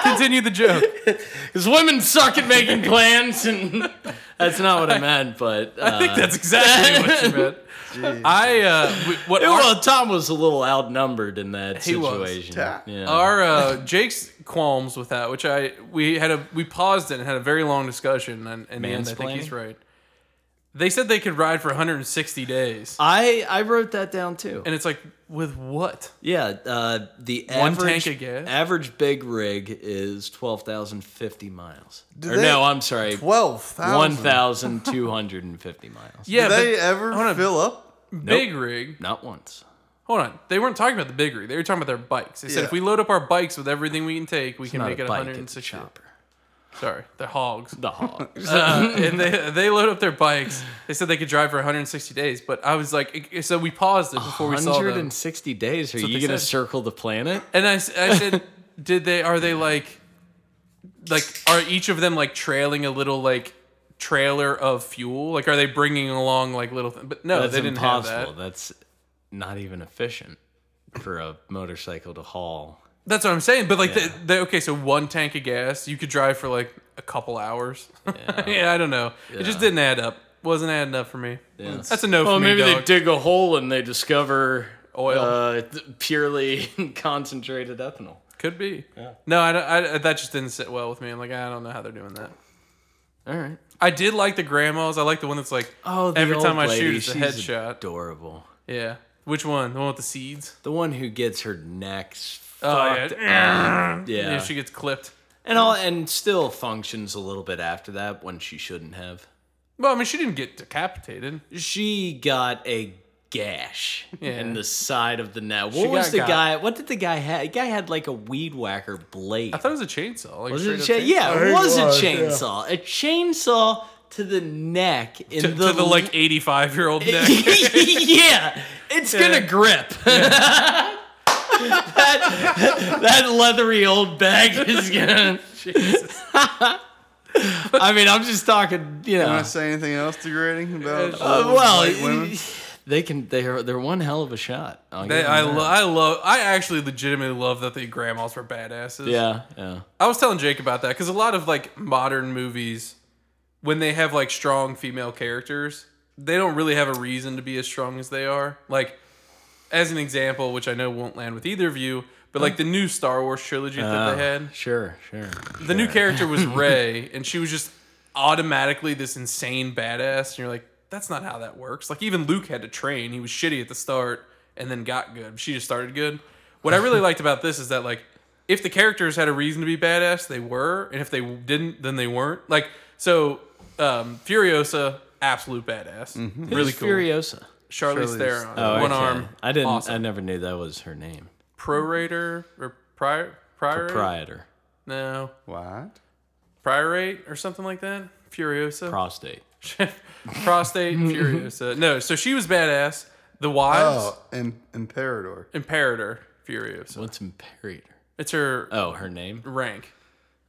Speaker 1: Continue the joke.
Speaker 2: Because women suck at making plans, and that's not what I meant. But uh,
Speaker 1: I think that's exactly what you meant. I uh, w- what our,
Speaker 2: well, Tom was a little outnumbered in that
Speaker 1: He was.
Speaker 2: situation.
Speaker 3: Ta-
Speaker 2: Yeah.
Speaker 1: our uh, Jake's qualms with that, which I we had a we paused it and had a very long discussion, and in the end, I think he's
Speaker 2: Mansplaining?
Speaker 1: right. They said they could ride for 160 days,
Speaker 2: I I wrote that down too.
Speaker 1: and it's like with what?
Speaker 2: Yeah, uh, the
Speaker 1: One
Speaker 2: average,
Speaker 1: tank of gas?
Speaker 2: average big rig is 12,050 miles.
Speaker 3: Do
Speaker 2: or
Speaker 3: they-
Speaker 2: no, I'm sorry,
Speaker 3: Twelve thousand.
Speaker 2: 1,250 miles.
Speaker 1: Yeah,
Speaker 3: Did they
Speaker 1: but
Speaker 3: ever
Speaker 1: hold on.
Speaker 3: fill up?
Speaker 1: big rig.
Speaker 2: Not once.
Speaker 1: Hold on, they weren't talking about the big rig. They were talking about their bikes. They said
Speaker 3: Yeah.
Speaker 1: if we load up our bikes with everything we can take, we can
Speaker 2: Not
Speaker 1: make
Speaker 2: a
Speaker 1: it
Speaker 2: bike, it's a
Speaker 1: 160.
Speaker 2: chopper.
Speaker 1: Sorry, they're hogs.
Speaker 2: The hogs.
Speaker 1: uh, and they they load up their bikes. They said they could drive for 160 days, but I was like, so we paused it before we saw them.
Speaker 2: 160 days. Are
Speaker 1: what
Speaker 2: you
Speaker 1: they
Speaker 2: going to
Speaker 1: said.
Speaker 2: circle the planet?
Speaker 1: And I, s- I said, did they? Are they like, like are each of them like trailing a little like trailer of fuel? Like are they bringing along like little? Th- but no,
Speaker 2: That's
Speaker 1: they didn't
Speaker 2: impossible.
Speaker 1: have that.
Speaker 2: That's not even efficient for a motorcycle to haul.
Speaker 1: That's what I'm saying. But like, the, the, okay, so one tank of gas, you could drive for like a couple hours. Yeah, I don't know. It just
Speaker 2: Yeah.
Speaker 1: didn't add up. Wasn't adding up for me.
Speaker 2: Yeah.
Speaker 1: That's a no
Speaker 2: Well,
Speaker 1: for me.
Speaker 2: maybe they
Speaker 1: dog.
Speaker 2: dig a hole and they discover
Speaker 1: Oil.
Speaker 2: uh, th- purely concentrated ethanol.
Speaker 1: Could be. No, I, don't- I- that just didn't sit well with me. I'm like, I don't know how they're doing that.
Speaker 2: All right.
Speaker 1: I did like the grandmas. I like the one that's like,
Speaker 2: Oh, the
Speaker 1: every
Speaker 2: old
Speaker 1: time I
Speaker 2: lady,
Speaker 1: shoot, it's a
Speaker 2: she's
Speaker 1: headshot.
Speaker 2: Adorable.
Speaker 1: yeah. Which one? The one with the seeds?
Speaker 2: The one who gets her necks.
Speaker 1: Oh,
Speaker 2: fucked.
Speaker 1: yeah.
Speaker 2: Uh, yeah.
Speaker 1: Yeah, she gets clipped.
Speaker 2: and all and still functions a little bit after that when she shouldn't have.
Speaker 1: Well, I mean, she didn't get decapitated.
Speaker 2: She got a gash in the side of the neck. What
Speaker 1: She
Speaker 2: was
Speaker 1: got
Speaker 2: the
Speaker 1: got.
Speaker 2: guy? What did the guy have? The guy had like a weed whacker blade.
Speaker 1: I thought it was a chainsaw. Like
Speaker 2: was it a
Speaker 1: straight
Speaker 2: chain?
Speaker 1: up
Speaker 2: Yeah, it
Speaker 3: It
Speaker 2: was a
Speaker 3: was, yeah.
Speaker 2: chainsaw. A chainsaw to the neck in
Speaker 1: To,
Speaker 2: the
Speaker 1: to the like 85 year old neck.
Speaker 2: yeah, it's gonna grip. that, that leathery old bag is gonna. I mean, I'm just talking, you
Speaker 3: You
Speaker 1: Uh.
Speaker 2: know.
Speaker 3: want to say anything else degrading about?
Speaker 2: Uh,
Speaker 3: old
Speaker 2: well,
Speaker 3: white women?
Speaker 2: they can. They are. They're one hell of a shot. I'll give
Speaker 1: They,
Speaker 2: them
Speaker 1: I,
Speaker 2: that.
Speaker 1: lo- I love. I actually legitimately love that the grandmas were badasses.
Speaker 2: Yeah, yeah.
Speaker 1: I was telling Jake about that because a lot of like modern movies, when they have like strong female characters, they don't really have a reason to be as strong as they are. Like, as an example, which I know won't land with either of you, but
Speaker 2: Mm.
Speaker 1: like the new Star Wars trilogy
Speaker 2: Uh.
Speaker 1: that they had,
Speaker 2: Sure, sure.
Speaker 1: the new character was Rey, and she was just automatically this insane badass. And you're like, that's not how that works. Like even Luke had to train. He was shitty at the start and then got good. She just started good. What I really liked about this is that like if the characters had a reason to be badass, they were, and if they didn't, then they weren't. Like so, um, Furiosa, absolute badass, really
Speaker 2: Who's
Speaker 1: cool.
Speaker 2: Furiosa.
Speaker 1: Charlize
Speaker 3: Charlize-
Speaker 1: Theron,
Speaker 2: Mm-hmm. Oh,
Speaker 1: one
Speaker 2: okay.
Speaker 1: arm,
Speaker 2: I didn't.
Speaker 1: awesome.
Speaker 2: I never knew that was her name.
Speaker 1: prorator or prior, prior,
Speaker 2: Proprietor.
Speaker 1: no,
Speaker 3: What?
Speaker 1: priorate or something like that. Furiosa,
Speaker 2: Prostate.
Speaker 1: prostate and Furiosa. No, so she was badass. The wives,
Speaker 3: Oh, Im- Imperator.
Speaker 1: Imperator Furiosa.
Speaker 2: What's imperator?
Speaker 1: It's her
Speaker 2: Oh, her name.
Speaker 1: rank.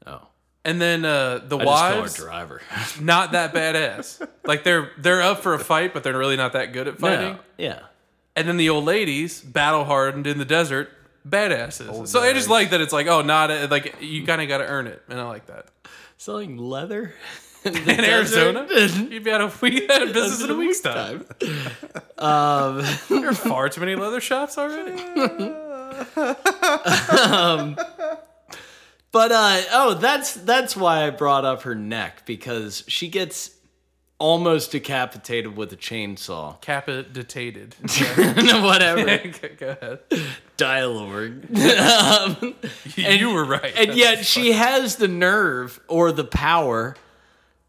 Speaker 2: Oh,
Speaker 1: And then uh, the
Speaker 2: I just
Speaker 1: wives,
Speaker 2: call her driver.
Speaker 1: not that badass. like they're they're up for a fight, but they're really not that good at fighting.
Speaker 2: No, yeah.
Speaker 1: And then the old ladies, battle hardened in the desert, badasses. so I
Speaker 3: ladies.
Speaker 1: just like that. It's like oh, not a, like you kind of got to earn it, and I like that.
Speaker 2: Selling leather in, the
Speaker 1: In Arizona,
Speaker 2: desert?
Speaker 1: you'd be out of we had a business in a week's time.
Speaker 2: um,
Speaker 1: There are far too many leather shops already.
Speaker 2: but uh, oh, that's that's why I brought up her neck because she gets almost decapitated with a chainsaw.
Speaker 1: Capitated.
Speaker 2: Whatever,
Speaker 1: Go ahead.
Speaker 2: dialogue. um,
Speaker 1: you were right.
Speaker 2: and yet she has the nerve or the power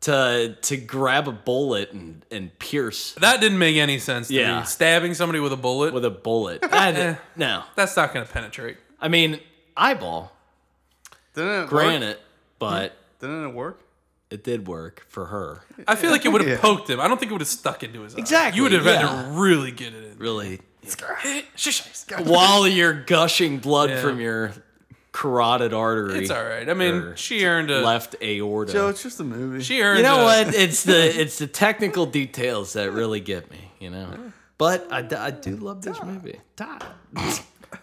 Speaker 2: to to grab a bullet and, and pierce
Speaker 1: that didn't make any sense to
Speaker 2: Yeah.
Speaker 1: me. Stabbing somebody with a bullet,
Speaker 2: with a bullet. I, no,
Speaker 1: that's not going to penetrate.
Speaker 2: I mean eyeball.
Speaker 3: Didn't it work?
Speaker 2: Granted, but
Speaker 3: Didn't it work?
Speaker 2: it did work for her.
Speaker 1: I feel like it would have
Speaker 3: Yeah.
Speaker 1: poked him. I don't think it would have stuck into his eye.
Speaker 2: Exactly,
Speaker 1: You would have had
Speaker 2: yeah.
Speaker 1: to really get it in.
Speaker 2: Really,
Speaker 1: Eh, shush, shush.
Speaker 2: while you're gushing blood
Speaker 1: Yeah.
Speaker 2: from your carotid artery,
Speaker 1: It's all right. I mean,
Speaker 2: Or
Speaker 1: she earned a.
Speaker 2: left aorta.
Speaker 3: Joe, it's just a movie.
Speaker 1: She earned.
Speaker 2: you know
Speaker 1: a-
Speaker 2: what? It's the it's the technical details that really get me. You know. But I, d- I do love this movie.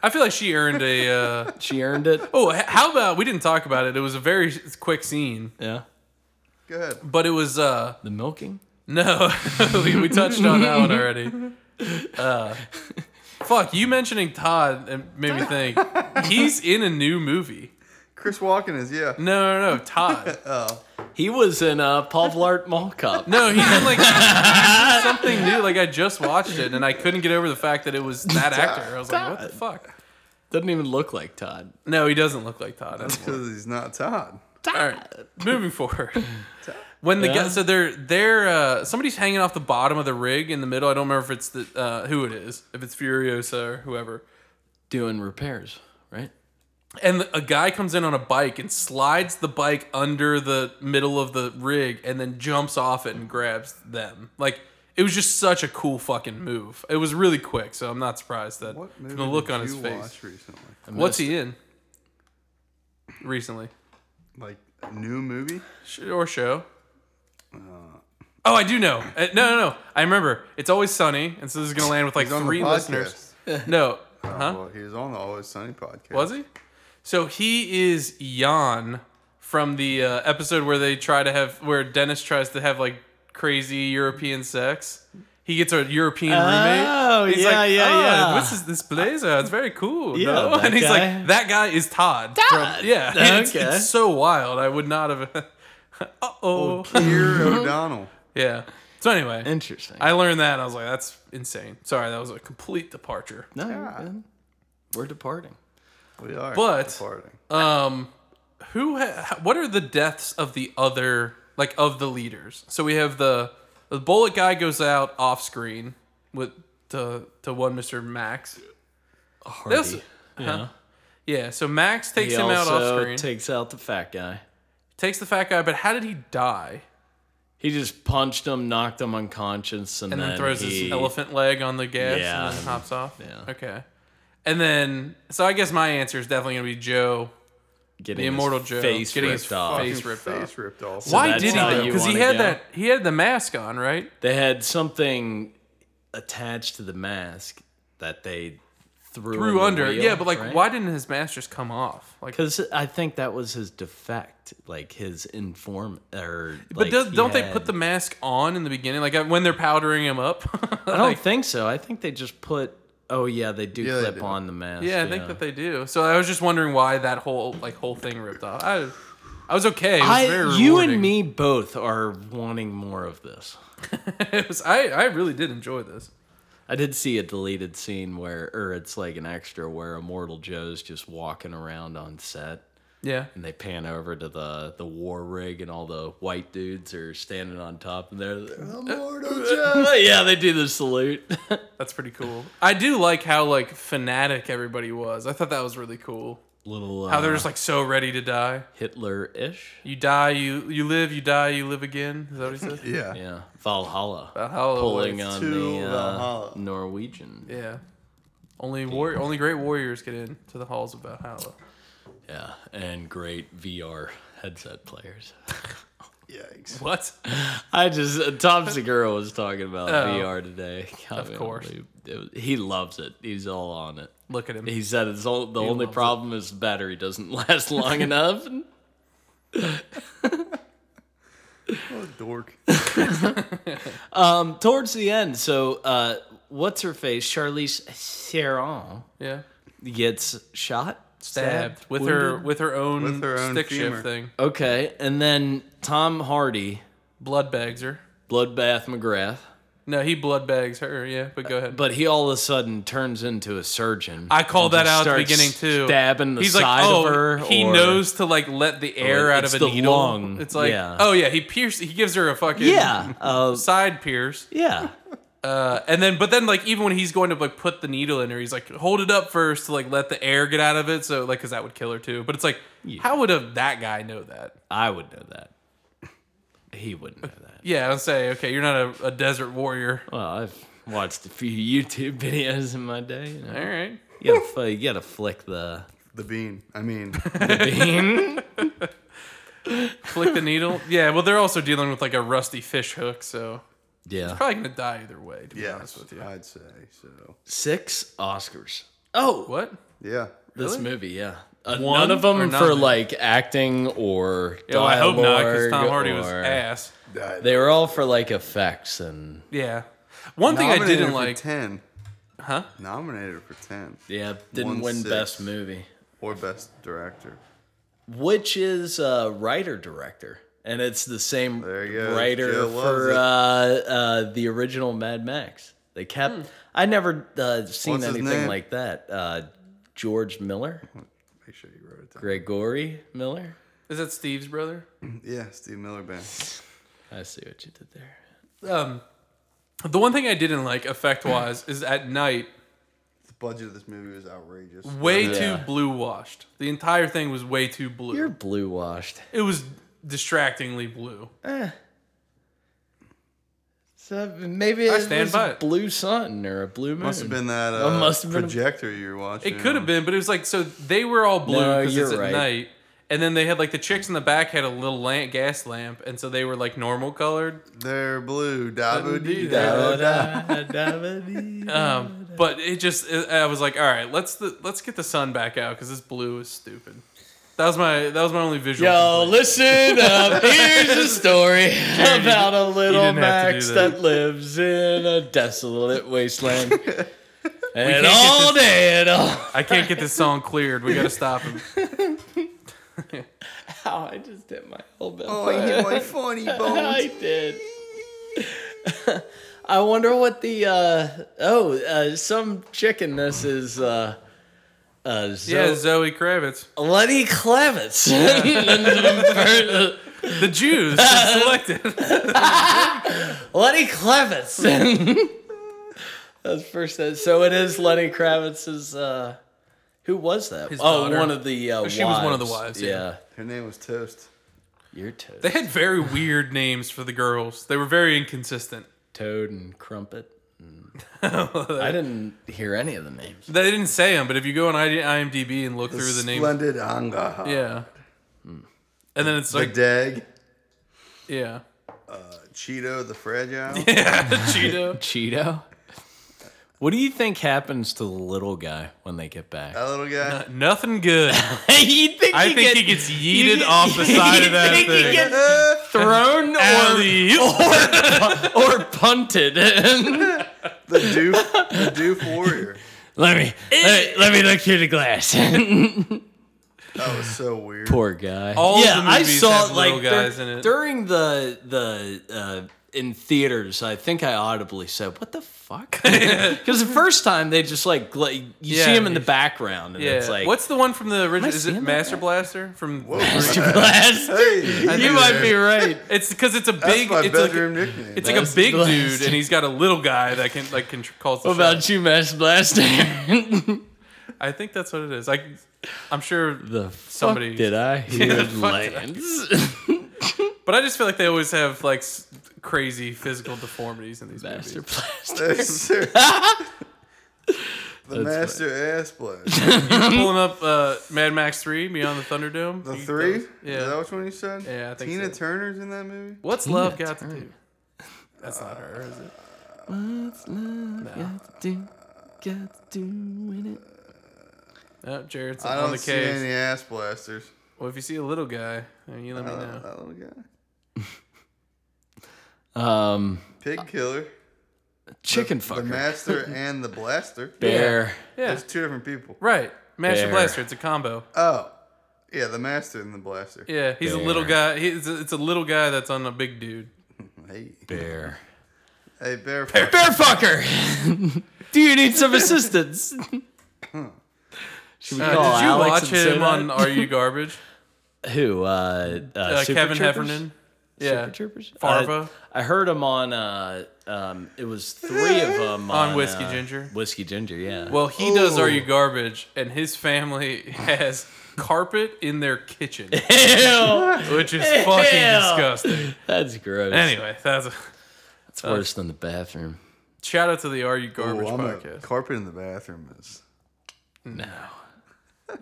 Speaker 1: I feel like she earned a. Uh,
Speaker 2: She earned it.
Speaker 1: oh, h- how about we didn't talk about it? It was a very quick scene,
Speaker 2: Yeah.
Speaker 3: Go ahead.
Speaker 1: but it was. uh
Speaker 2: The milking?
Speaker 1: No, we, we touched on that one already. Uh, fuck, you mentioning Todd uh, made me think he's in a new movie.
Speaker 3: Chris Walken is yeah.
Speaker 1: No, no, no, Todd.
Speaker 3: Oh,
Speaker 2: He was in uh, Pavlart Mall Cop.
Speaker 1: No, he's in like something new. Like I just watched it and I couldn't get over the fact that it was that actor. I was like, what the fuck?
Speaker 2: Doesn't even look like Todd.
Speaker 1: No, he doesn't look like Todd. That's
Speaker 3: because he's not Todd.
Speaker 1: All right, moving forward. When the
Speaker 2: Yeah.
Speaker 1: guy, so they're they're uh, somebody's hanging off the bottom of the rig in the middle. I don't remember if it's the uh, who it is, if it's Furiosa or whoever.
Speaker 2: Doing repairs, right?
Speaker 1: and a guy comes in on a bike and slides the bike under the middle of the rig and then jumps off it and grabs them like it was just such a cool fucking move it was really quick so i'm not surprised that
Speaker 3: What
Speaker 1: from
Speaker 3: movie
Speaker 1: the look
Speaker 3: did
Speaker 1: on his
Speaker 3: you
Speaker 1: face
Speaker 3: watch recently?
Speaker 1: what's he in recently
Speaker 3: Like a new movie?
Speaker 1: Sh- or show
Speaker 3: Uh.
Speaker 1: oh i do know Uh, no no no i remember it's always sunny and so this is gonna land with like
Speaker 3: He's on
Speaker 1: three
Speaker 3: the
Speaker 1: listeners
Speaker 3: podcast.
Speaker 1: no
Speaker 3: Huh? Well, he was on the Always Sunny podcast.
Speaker 1: Was he? So he is Jan from the uh, episode where they try to have where Dennis tries to have like crazy European sex. He gets a European
Speaker 2: Oh,
Speaker 1: roommate. He's
Speaker 2: yeah,
Speaker 1: like,
Speaker 2: yeah,
Speaker 1: oh,
Speaker 2: yeah.
Speaker 1: This is this blazer. It's very cool.
Speaker 2: Yeah,
Speaker 1: no?
Speaker 2: that
Speaker 1: and he's
Speaker 2: guy.
Speaker 1: like, that guy is Todd.
Speaker 2: Todd!
Speaker 1: yeah. It's,
Speaker 2: Okay.
Speaker 1: it's so wild. I would not have. uh oh.
Speaker 3: Keir O'Donnell.
Speaker 1: Yeah. So anyway,
Speaker 2: Interesting.
Speaker 1: I learned that. And I was like, that's insane. Sorry, that was a complete departure.
Speaker 2: no, man. we're departing.
Speaker 3: We are.
Speaker 1: But-
Speaker 3: departing.
Speaker 1: Um, who? Ha- what are the deaths of the other like of the leaders? So we have the the bullet guy goes out off screen with to to one Mister Max.
Speaker 2: Hardy.
Speaker 1: They also-
Speaker 2: yeah.
Speaker 1: yeah, so Max takes
Speaker 2: He
Speaker 1: him out off
Speaker 2: also
Speaker 1: screen,
Speaker 2: takes out the fat guy.
Speaker 1: takes the fat guy. But how did he die?
Speaker 2: He just punched him, knocked him unconscious, and,
Speaker 1: And then throws
Speaker 2: he,
Speaker 1: his elephant leg on the gas
Speaker 2: Yeah.
Speaker 1: and then hops off.
Speaker 2: Yeah.
Speaker 1: Okay. And then, so I guess my answer is definitely gonna be Joe.
Speaker 2: Getting
Speaker 1: The Immortal
Speaker 2: his
Speaker 1: Joe,
Speaker 2: face
Speaker 1: getting his
Speaker 2: ripped off.
Speaker 1: Face
Speaker 3: Fucking
Speaker 1: ripped
Speaker 3: face
Speaker 1: off.
Speaker 3: ripped off.
Speaker 1: Why
Speaker 2: that's
Speaker 1: did he
Speaker 2: how
Speaker 1: though?
Speaker 2: you
Speaker 1: Because he
Speaker 2: wanna
Speaker 1: had
Speaker 2: go?
Speaker 1: that he had the mask on, right?
Speaker 2: They had something attached to the mask that they threw,
Speaker 1: Through under, yeah. But like, why didn't his mask just come off? Like,
Speaker 2: Because I think that was his defect, like his inform or.
Speaker 1: but does, don't they put the mask on in the beginning, like uh, when they're powdering him up?
Speaker 2: I don't think so. I think they just put. Oh yeah, they do
Speaker 3: Yeah, they
Speaker 2: clip
Speaker 3: do.
Speaker 2: on the mask.
Speaker 1: Yeah, I think that they do. So I was just wondering why that whole like whole thing ripped off. I, I was okay. It was
Speaker 2: I,
Speaker 1: very
Speaker 2: you
Speaker 1: rewarding.
Speaker 2: and me both are wanting more of this.
Speaker 1: It was- I I really did enjoy this.
Speaker 2: I did see a deleted scene where, or it's like an extra where Immortal Joe's just walking around on set,
Speaker 1: Yeah.
Speaker 2: and they pan over to the the war rig, and all the white dudes are standing on top, and they're Immortal Joe. yeah, they do the salute.
Speaker 1: That's pretty cool. I do like how like fanatic everybody was. I thought that was really cool.
Speaker 2: Little uh,
Speaker 1: How they're just like so ready to die.
Speaker 2: Hitler ish.
Speaker 1: You die, you you live, you die, you live again. Is that what he said?
Speaker 3: Yeah.
Speaker 2: Yeah, Valhalla.
Speaker 1: Valhalla
Speaker 2: Pulling
Speaker 1: awaits.
Speaker 2: on
Speaker 3: To
Speaker 2: the uh,
Speaker 3: Valhalla.
Speaker 2: Norwegian.
Speaker 1: Yeah. Only war only great warriors get into the halls of Valhalla.
Speaker 2: Yeah, and great VR headset players.
Speaker 3: Yikes.
Speaker 1: What?
Speaker 2: I just uh, Tom Segura was talking about
Speaker 1: Oh.
Speaker 2: VR today. God,
Speaker 1: Of course.
Speaker 2: it was- he loves it. He's all on it.
Speaker 1: Look at him.
Speaker 2: He said it's all, the only
Speaker 1: loves it.
Speaker 2: problem is the battery doesn't last long enough. Um,
Speaker 3: What a dork.
Speaker 2: Um, towards the end, so uh, what's her face? Charlize Theron
Speaker 1: Yeah.
Speaker 2: gets shot,
Speaker 1: Stabbed with her
Speaker 2: wounded?
Speaker 1: with her own,
Speaker 3: With her own
Speaker 1: stick
Speaker 3: femur.
Speaker 1: shift thing.
Speaker 2: Okay, and then Tom Hardy,
Speaker 1: Blood bags her.
Speaker 2: Bloodbath McGrath,
Speaker 1: No, he blood bags her. Yeah, but go ahead.
Speaker 2: but he all of a sudden turns into a surgeon.
Speaker 1: I called that
Speaker 2: and just
Speaker 1: out at the
Speaker 2: starts
Speaker 1: beginning too.
Speaker 2: stabbing the
Speaker 1: He's
Speaker 2: side
Speaker 1: like, oh,
Speaker 2: of her.
Speaker 1: he
Speaker 2: or-
Speaker 1: knows to like let the air out of
Speaker 2: it's
Speaker 1: a
Speaker 2: the
Speaker 1: needle.
Speaker 2: lung,
Speaker 1: It's like,
Speaker 2: yeah.
Speaker 1: oh yeah, he pierced. He gives her a fucking
Speaker 2: Yeah, uh,
Speaker 1: side pierce.
Speaker 2: yeah.
Speaker 1: Uh, and then, but then, like even when he's going to like put the needle in her, he's like, hold it up first to like let the air get out of it. So like, cause that would kill her too. But it's like, how would a, that guy know that?
Speaker 2: I would know that. He wouldn't know that.
Speaker 1: Yeah, I'll say, okay, you're not a, a desert warrior.
Speaker 2: Well, I've watched a few YouTube videos in my day. You, know.
Speaker 1: All right.
Speaker 2: you, gotta, fl- you gotta flick the
Speaker 3: The bean. I mean,
Speaker 2: bean.
Speaker 1: Flick the needle. Yeah, well, they're also dealing with like a rusty fish hook, so
Speaker 2: yeah.
Speaker 1: probably gonna die either way. To be honest
Speaker 3: yes,
Speaker 1: with you.
Speaker 3: I'd say so.
Speaker 2: Six Oscars. Oh,
Speaker 1: What?
Speaker 3: Yeah.
Speaker 2: this movie, yeah. Uh,
Speaker 1: One
Speaker 2: none of them
Speaker 1: or
Speaker 2: for
Speaker 1: none?
Speaker 2: like acting or
Speaker 1: Yeah, well, I hope not, because Tom
Speaker 2: dialogue
Speaker 1: Hardy was
Speaker 2: or-
Speaker 1: ass.
Speaker 3: That-
Speaker 2: They were all for like effects and
Speaker 1: Yeah. One thing I
Speaker 3: Nominated
Speaker 1: didn't
Speaker 3: for
Speaker 1: like.
Speaker 3: ten.
Speaker 1: Huh?
Speaker 3: Nominated for ten
Speaker 2: yeah, didn't
Speaker 3: One
Speaker 2: win
Speaker 3: six.
Speaker 2: best movie,
Speaker 3: or best director.
Speaker 2: which is uh, writer director, and it's the same
Speaker 3: There you go.
Speaker 2: writer
Speaker 3: Joe loves
Speaker 2: for
Speaker 3: it.
Speaker 2: uh, uh, the original Mad Max. They kept. I never uh, seen
Speaker 3: What's his
Speaker 2: anything
Speaker 3: name?
Speaker 2: like that. Uh, George Miller,
Speaker 3: Make sure you wrote it down.
Speaker 2: Gregory Miller.
Speaker 1: Is that Steve's brother?
Speaker 3: Yeah, Steve Miller Band.
Speaker 2: I see what you did there.
Speaker 1: Um, the one thing I didn't like effect wise is at night,
Speaker 3: The budget of this movie was outrageous.
Speaker 1: way
Speaker 2: Yeah.
Speaker 1: too blue washed. The entire thing was way too blue.
Speaker 2: You're blue washed.
Speaker 1: It was distractingly blue.
Speaker 2: So maybe I
Speaker 1: stand
Speaker 2: was
Speaker 1: by
Speaker 2: a
Speaker 1: it.
Speaker 2: blue sun or a blue moon.
Speaker 3: Must have been that
Speaker 2: Oh,
Speaker 3: uh,
Speaker 2: must have been a-
Speaker 3: projector you were watching.
Speaker 1: It could have been, but it was like so they were all blue
Speaker 2: No,
Speaker 1: because
Speaker 2: you're
Speaker 1: it's at
Speaker 2: right.
Speaker 1: night. And then they had like the chicks in the back had a little lamp, gas lamp, and so they were like normal colored.
Speaker 3: They're blue. Dabu dee
Speaker 1: Da-da-da.
Speaker 3: da da.
Speaker 1: Um, but it just it, I was like, all right, let's the, let's get the sun back out because this blue is stupid. That was my that was my only visual.
Speaker 2: Yo,
Speaker 1: complaint.
Speaker 2: listen up. Here's a story about a little
Speaker 1: didn't have to
Speaker 2: Max
Speaker 1: do that.
Speaker 2: that lives in a desolate wasteland.
Speaker 1: get
Speaker 2: and all
Speaker 1: this-
Speaker 2: day and all.
Speaker 1: I can't get this song cleared. We gotta stop him.
Speaker 2: Ow, I just hit my elbow.
Speaker 3: Oh, you my funny
Speaker 2: I
Speaker 3: bones.
Speaker 2: did. I wonder what the uh oh uh, some chicken this is uh uh Zo-
Speaker 1: Yeah, Zoe Kravitz.
Speaker 2: Lenny Kravitz. Lenny
Speaker 1: The Jews selected.
Speaker 2: Kravitz. That's first. So it is Lenny Kravitz's. Uh, who was that?
Speaker 1: His
Speaker 2: oh, one
Speaker 1: daughter.
Speaker 2: of the. Uh,
Speaker 1: She was one of the wives, yeah.
Speaker 3: Her name was Toast.
Speaker 2: Your toad.
Speaker 1: They had very weird names for the girls. They were very inconsistent.
Speaker 2: toad and crumpet. I didn't hear any of the names.
Speaker 1: They didn't say them, but if you go on ID- IMDb and look through the names,
Speaker 3: Splendid Anga.
Speaker 1: yeah. And then it's
Speaker 3: The
Speaker 1: like,
Speaker 3: Dag.
Speaker 1: yeah,
Speaker 3: Cheeto the Fragile.
Speaker 1: Cheeto.
Speaker 2: Cheeto. What do you think happens to the little guy when they get back?
Speaker 3: That little guy.
Speaker 1: Nothing good.
Speaker 2: you think
Speaker 1: Uh, I think he gets yeeted off the side of that
Speaker 2: think He
Speaker 1: thing.
Speaker 2: gets thrown or,
Speaker 1: Alley-oop.
Speaker 2: or punted. let
Speaker 3: The Doof. the Doof Warrior.
Speaker 2: me let, me let me look through the glass.
Speaker 3: That was so weird.
Speaker 2: Poor guy.
Speaker 1: All
Speaker 2: yeah,
Speaker 1: of the movies
Speaker 2: I saw
Speaker 1: have
Speaker 2: it, like
Speaker 1: little guys
Speaker 2: dur-
Speaker 1: in it.
Speaker 2: during the the uh, in theaters. I think I audibly said, "What the fuck?" Because the first time they just like gla- you see
Speaker 1: Yeah,
Speaker 2: him in the
Speaker 1: he's-
Speaker 2: background, and
Speaker 1: Yeah.
Speaker 2: it's like
Speaker 1: What's the one from the original?
Speaker 2: I
Speaker 1: Is it
Speaker 2: seeing
Speaker 1: Master Blaster from?
Speaker 3: Whoa.
Speaker 2: blast?
Speaker 3: Hey,
Speaker 2: You might be right.
Speaker 1: It's because it's a big.
Speaker 3: That's my
Speaker 1: it's
Speaker 3: bedroom
Speaker 1: like,
Speaker 3: nickname.
Speaker 1: it's like a
Speaker 2: Master
Speaker 1: big
Speaker 2: Blaster.
Speaker 1: dude, and he's got a little guy that can like can calls the
Speaker 2: What
Speaker 1: shots.
Speaker 2: about you, Master Blaster?
Speaker 1: I think that's what it is. Like, I'm sure
Speaker 2: the
Speaker 1: Somebody-
Speaker 2: fuck did I hear
Speaker 1: the fuck did I-
Speaker 2: Lance?
Speaker 1: But I just feel like they always have like s- crazy physical deformities in these
Speaker 2: Master
Speaker 1: movies.
Speaker 2: Blaster.
Speaker 3: Master- the Master Ass Blast.
Speaker 1: Pulling up uh, Mad Max Three Beyond the Thunderdome.
Speaker 3: The
Speaker 1: You-
Speaker 3: three?
Speaker 1: Yeah.
Speaker 3: Is that which one you said?
Speaker 1: Yeah, I think
Speaker 3: Tina
Speaker 1: so.
Speaker 3: Turner's in that movie?
Speaker 1: What's love got to
Speaker 2: Turner.
Speaker 1: do? That's not her, is it?
Speaker 2: Got to do, got to win it.
Speaker 1: No, Uh, Jared's
Speaker 3: I
Speaker 1: on
Speaker 3: don't
Speaker 1: the
Speaker 3: see
Speaker 1: case.
Speaker 3: any ass blasters.
Speaker 1: Well, if you see a little guy, I mean, you let me
Speaker 3: Uh,
Speaker 1: know.
Speaker 3: that little guy.
Speaker 2: Um,
Speaker 1: Uh,
Speaker 3: Pig killer.
Speaker 2: chicken
Speaker 3: The
Speaker 2: fucker.
Speaker 3: master and the blaster.
Speaker 2: Bear.
Speaker 1: Yeah,
Speaker 3: There's two different people.
Speaker 1: right. Master
Speaker 2: Bear.
Speaker 1: Blaster. It's a combo.
Speaker 3: Oh, yeah, the master and the blaster.
Speaker 1: Yeah, he's a little guy. He's a, it's a little guy that's on a big dude.
Speaker 3: Hey,
Speaker 2: Bear.
Speaker 3: hey, bear.
Speaker 2: Bear fucker. do you need some assistance? Should we
Speaker 1: Uh,
Speaker 2: call
Speaker 1: did you
Speaker 2: Alex
Speaker 1: watch
Speaker 2: and say
Speaker 1: him on
Speaker 2: that?
Speaker 1: Are You Garbage?
Speaker 2: Who? Uh, uh,
Speaker 1: Uh,
Speaker 2: Super
Speaker 1: Kevin
Speaker 2: Troopers?
Speaker 1: Heffernan. Yeah.
Speaker 2: Super Troopers. Uh,
Speaker 1: Farva.
Speaker 2: I, I heard him on. Uh, um, it was three of them on,
Speaker 1: Whiskey
Speaker 2: uh,
Speaker 1: Ginger.
Speaker 2: Whiskey Ginger. Yeah.
Speaker 1: Well, he does Are You
Speaker 2: Oh.
Speaker 3: Ooh.
Speaker 1: Garbage, and his family has carpet in their kitchen,
Speaker 2: Ew,
Speaker 1: which is fucking
Speaker 2: Ew.
Speaker 1: disgusting.
Speaker 2: that's gross.
Speaker 1: Anyway, uh, that's a
Speaker 2: it's worse than the bathroom.
Speaker 1: shout out to the Are You Garbage
Speaker 3: Ooh, I'm a-
Speaker 1: podcast.
Speaker 3: carpet in the bathroom is.
Speaker 2: No.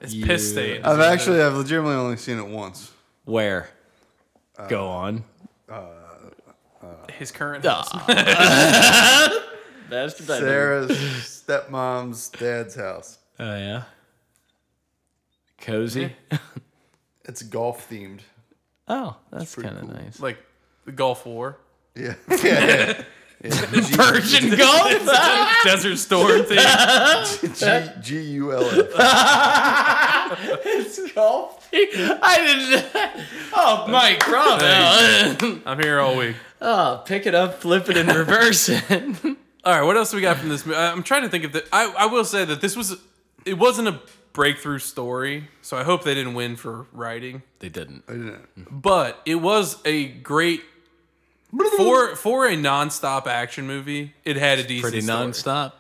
Speaker 1: It's
Speaker 2: Yeah.
Speaker 1: piss stained.
Speaker 3: I've actually, I've legitimately only seen it once.
Speaker 2: Where? Go on.
Speaker 1: His current
Speaker 2: Duh.
Speaker 1: house.
Speaker 2: Master bedroom.
Speaker 3: Sarah's stepmom's dad's house.
Speaker 2: Oh yeah. Cozy.
Speaker 3: It's golf themed.
Speaker 2: Oh, that's kind of nice.
Speaker 1: like the Gulf War,
Speaker 3: Yeah. yeah.
Speaker 2: Persian Gulf.
Speaker 1: Desert Storm thing.
Speaker 3: G G U L F.
Speaker 2: it's Gulf. I didn't. Oh, Mike, bravo.
Speaker 1: I'm here all week.
Speaker 2: oh, pick it up, flip it, and reverse it.
Speaker 1: All right, what else we got from this movie? I'm trying to think of the. I, I will say that this was, it wasn't a breakthrough story, so I hope they didn't win for writing.
Speaker 2: they didn't.
Speaker 3: I didn't-
Speaker 1: but it was a great for for a nonstop action movie. It had a decent
Speaker 2: Pretty
Speaker 1: story.
Speaker 2: nonstop.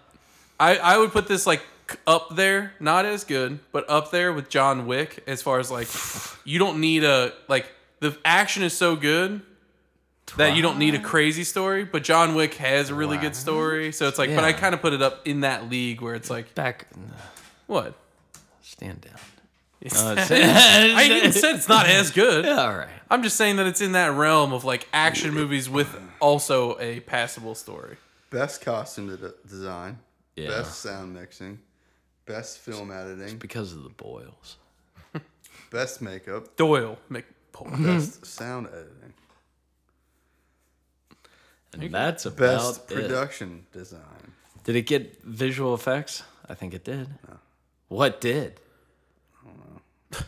Speaker 1: I I would put this like up there, not as good, but up there with John Wick as far as like you don't need a like the action is so good that you don't need a crazy story, but John Wick has a really good story. So it's like, but I
Speaker 2: Yeah.
Speaker 1: kind of put it up in that league where it's like,
Speaker 2: Back.
Speaker 1: what?
Speaker 2: Stand down. Uh,
Speaker 1: I even said it's not as good.
Speaker 2: All right.
Speaker 1: I'm just saying that it's in that realm of like action movies with also a passable story.
Speaker 3: Best costume de- design.
Speaker 2: Yeah.
Speaker 3: Best sound mixing. Best film editing.
Speaker 2: Because of the boils.
Speaker 3: Best makeup.
Speaker 1: Doyle McPoy.
Speaker 3: Best sound editing.
Speaker 2: And that's about
Speaker 3: Best
Speaker 2: it.
Speaker 3: production design.
Speaker 2: Did it get visual effects? I think it did. What did?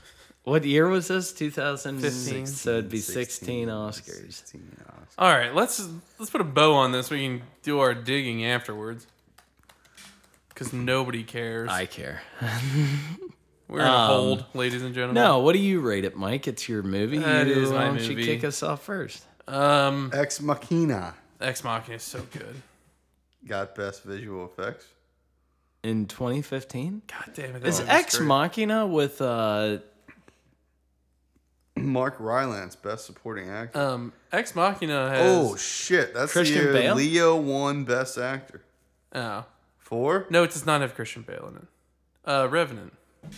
Speaker 2: What year was this? 2015. So it'd be 16 Oscars.
Speaker 3: 16 Oscars.
Speaker 1: All right, let's let's put a bow on this. We can do our digging afterwards. Cause nobody cares.
Speaker 2: I care.
Speaker 1: We're in a hold, ladies and gentlemen.
Speaker 2: No, what do you rate it, Mike? It's your movie.
Speaker 1: That
Speaker 2: you,
Speaker 1: is my
Speaker 2: why don't you
Speaker 1: movie.
Speaker 2: kick us off first?
Speaker 1: Um,
Speaker 3: Ex Machina
Speaker 1: Ex Machina is so good.
Speaker 3: got best visual effects.
Speaker 2: In 2015?
Speaker 1: God damn it. that
Speaker 2: Is
Speaker 1: movie's
Speaker 2: Ex
Speaker 1: great.
Speaker 2: Machina with uh
Speaker 3: Mark Rylance, best supporting actor.
Speaker 1: Um, Ex Machina has.
Speaker 3: oh shit, that's
Speaker 2: Uh, Christian
Speaker 3: the year
Speaker 2: Bale?
Speaker 3: Leo won best actor.
Speaker 1: Oh.
Speaker 3: Four?
Speaker 1: No, it does not have Christian Bale in it. Uh, Revenant.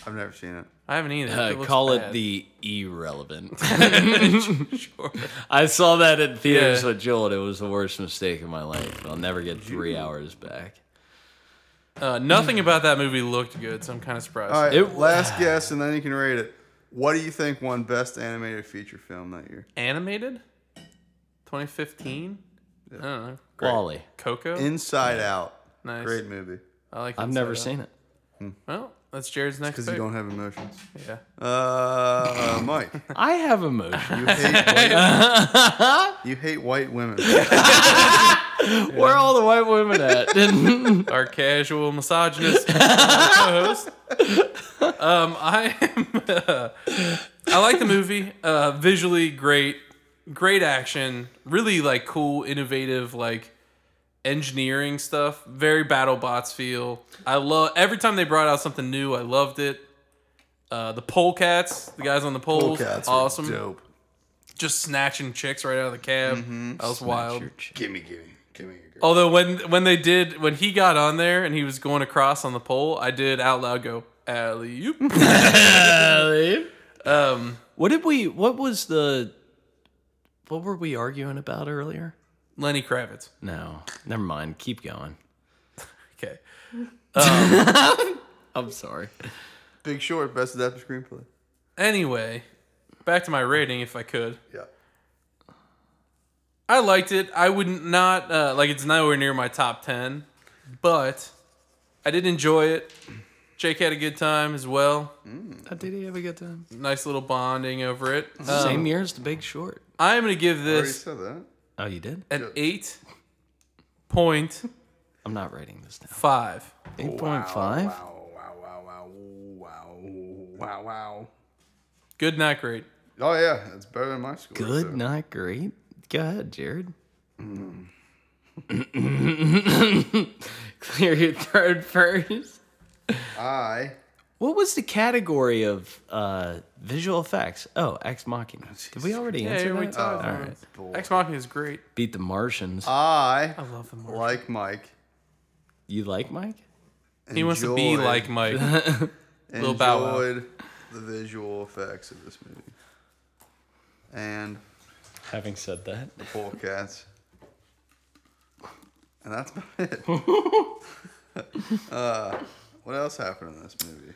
Speaker 3: I've never seen it.
Speaker 1: I haven't either.
Speaker 2: Uh,
Speaker 1: looks
Speaker 2: call
Speaker 1: bad.
Speaker 2: it the irrelevant.
Speaker 1: Sure.
Speaker 2: I saw that in theaters
Speaker 1: Yeah.
Speaker 2: with Joel. and It was the worst mistake of my life. I'll never get three hours back.
Speaker 1: Uh, nothing about that movie looked good, so I'm kind of surprised.
Speaker 3: All right,
Speaker 2: It-
Speaker 3: last guess, and then you can rate it. What do you think won Best Animated Feature Film that year?
Speaker 1: Animated? 2015? I don't know.
Speaker 2: Wally.
Speaker 1: Coco?
Speaker 3: Inside Out.
Speaker 1: Nice.
Speaker 3: Great movie.
Speaker 1: I like
Speaker 2: I've
Speaker 1: Inside
Speaker 2: never
Speaker 1: Out.
Speaker 2: seen it.
Speaker 1: Well, that's Jared's next
Speaker 3: Because you
Speaker 1: pick.
Speaker 3: don't have emotions.
Speaker 1: Yeah.
Speaker 3: Uh, uh, Mike,
Speaker 2: I have emotion.
Speaker 3: you hate white, you hate white women.
Speaker 2: Where are all the white women at?
Speaker 1: Our casual misogynist co-host. Um, I am. Uh, I like the movie. Uh, visually great, great action. Really like cool, innovative like engineering stuff. Very battle bots feel. I love every time they brought out something new. I loved it. Uh, the pole cats, the guys on the poles,
Speaker 3: Polecats were
Speaker 1: awesome.
Speaker 3: Dope.
Speaker 1: Just snatching chicks right out of the cab.
Speaker 3: Mm-hmm.
Speaker 1: That was wild.
Speaker 3: Gimme, gimme, gimme your girl.
Speaker 1: Although when when they did when he got on there and he was going across on the pole, I did out loud go alley oop. um,
Speaker 2: Uh, what did we? What was the? What were we arguing about earlier?
Speaker 1: Lenny Kravitz.
Speaker 2: No, never mind. Keep going.
Speaker 1: Okay,
Speaker 2: I'm sorry.
Speaker 3: Big Short, Best Adapted Screenplay.
Speaker 1: Anyway, back to my rating if I could.
Speaker 3: Yeah.
Speaker 1: I liked it. I would not uh, like it's nowhere near my top ten, but I did enjoy it. Jake had a good time as well.
Speaker 2: Did he have a good time?
Speaker 1: Nice little bonding over it. Um,
Speaker 2: Same year as The Big Short.
Speaker 1: I'm gonna give
Speaker 3: I already
Speaker 1: this
Speaker 3: said that.
Speaker 2: Oh, you did?
Speaker 1: an eight point
Speaker 2: I'm not rating this now.
Speaker 1: five.
Speaker 2: Eight point five.
Speaker 3: Wow, wow, wow, wow, wow, wow, wow.
Speaker 1: Good, not great.
Speaker 3: Oh yeah, it's better than my school.
Speaker 2: Good, not great. Go ahead, Jared. Clear your throat first.
Speaker 3: I
Speaker 2: What was the category of uh, visual effects? Oh, Ex Machina. Did we already answer
Speaker 1: yeah,
Speaker 2: that?
Speaker 1: we talked
Speaker 2: All
Speaker 1: about
Speaker 2: right.
Speaker 3: boy.
Speaker 1: Ex Machina is great.
Speaker 2: Beat the Martians.
Speaker 3: I
Speaker 2: Oh,
Speaker 1: I love them. More.
Speaker 3: like Mike.
Speaker 2: you like Mike?
Speaker 1: He wants to be
Speaker 3: enjoyed-
Speaker 1: like Mike. Lil
Speaker 3: enjoyed
Speaker 1: Bow Wow.
Speaker 3: the visual effects of this movie and
Speaker 2: Having said that,
Speaker 3: the pole cats. And that's about it. uh, what else happened in this movie?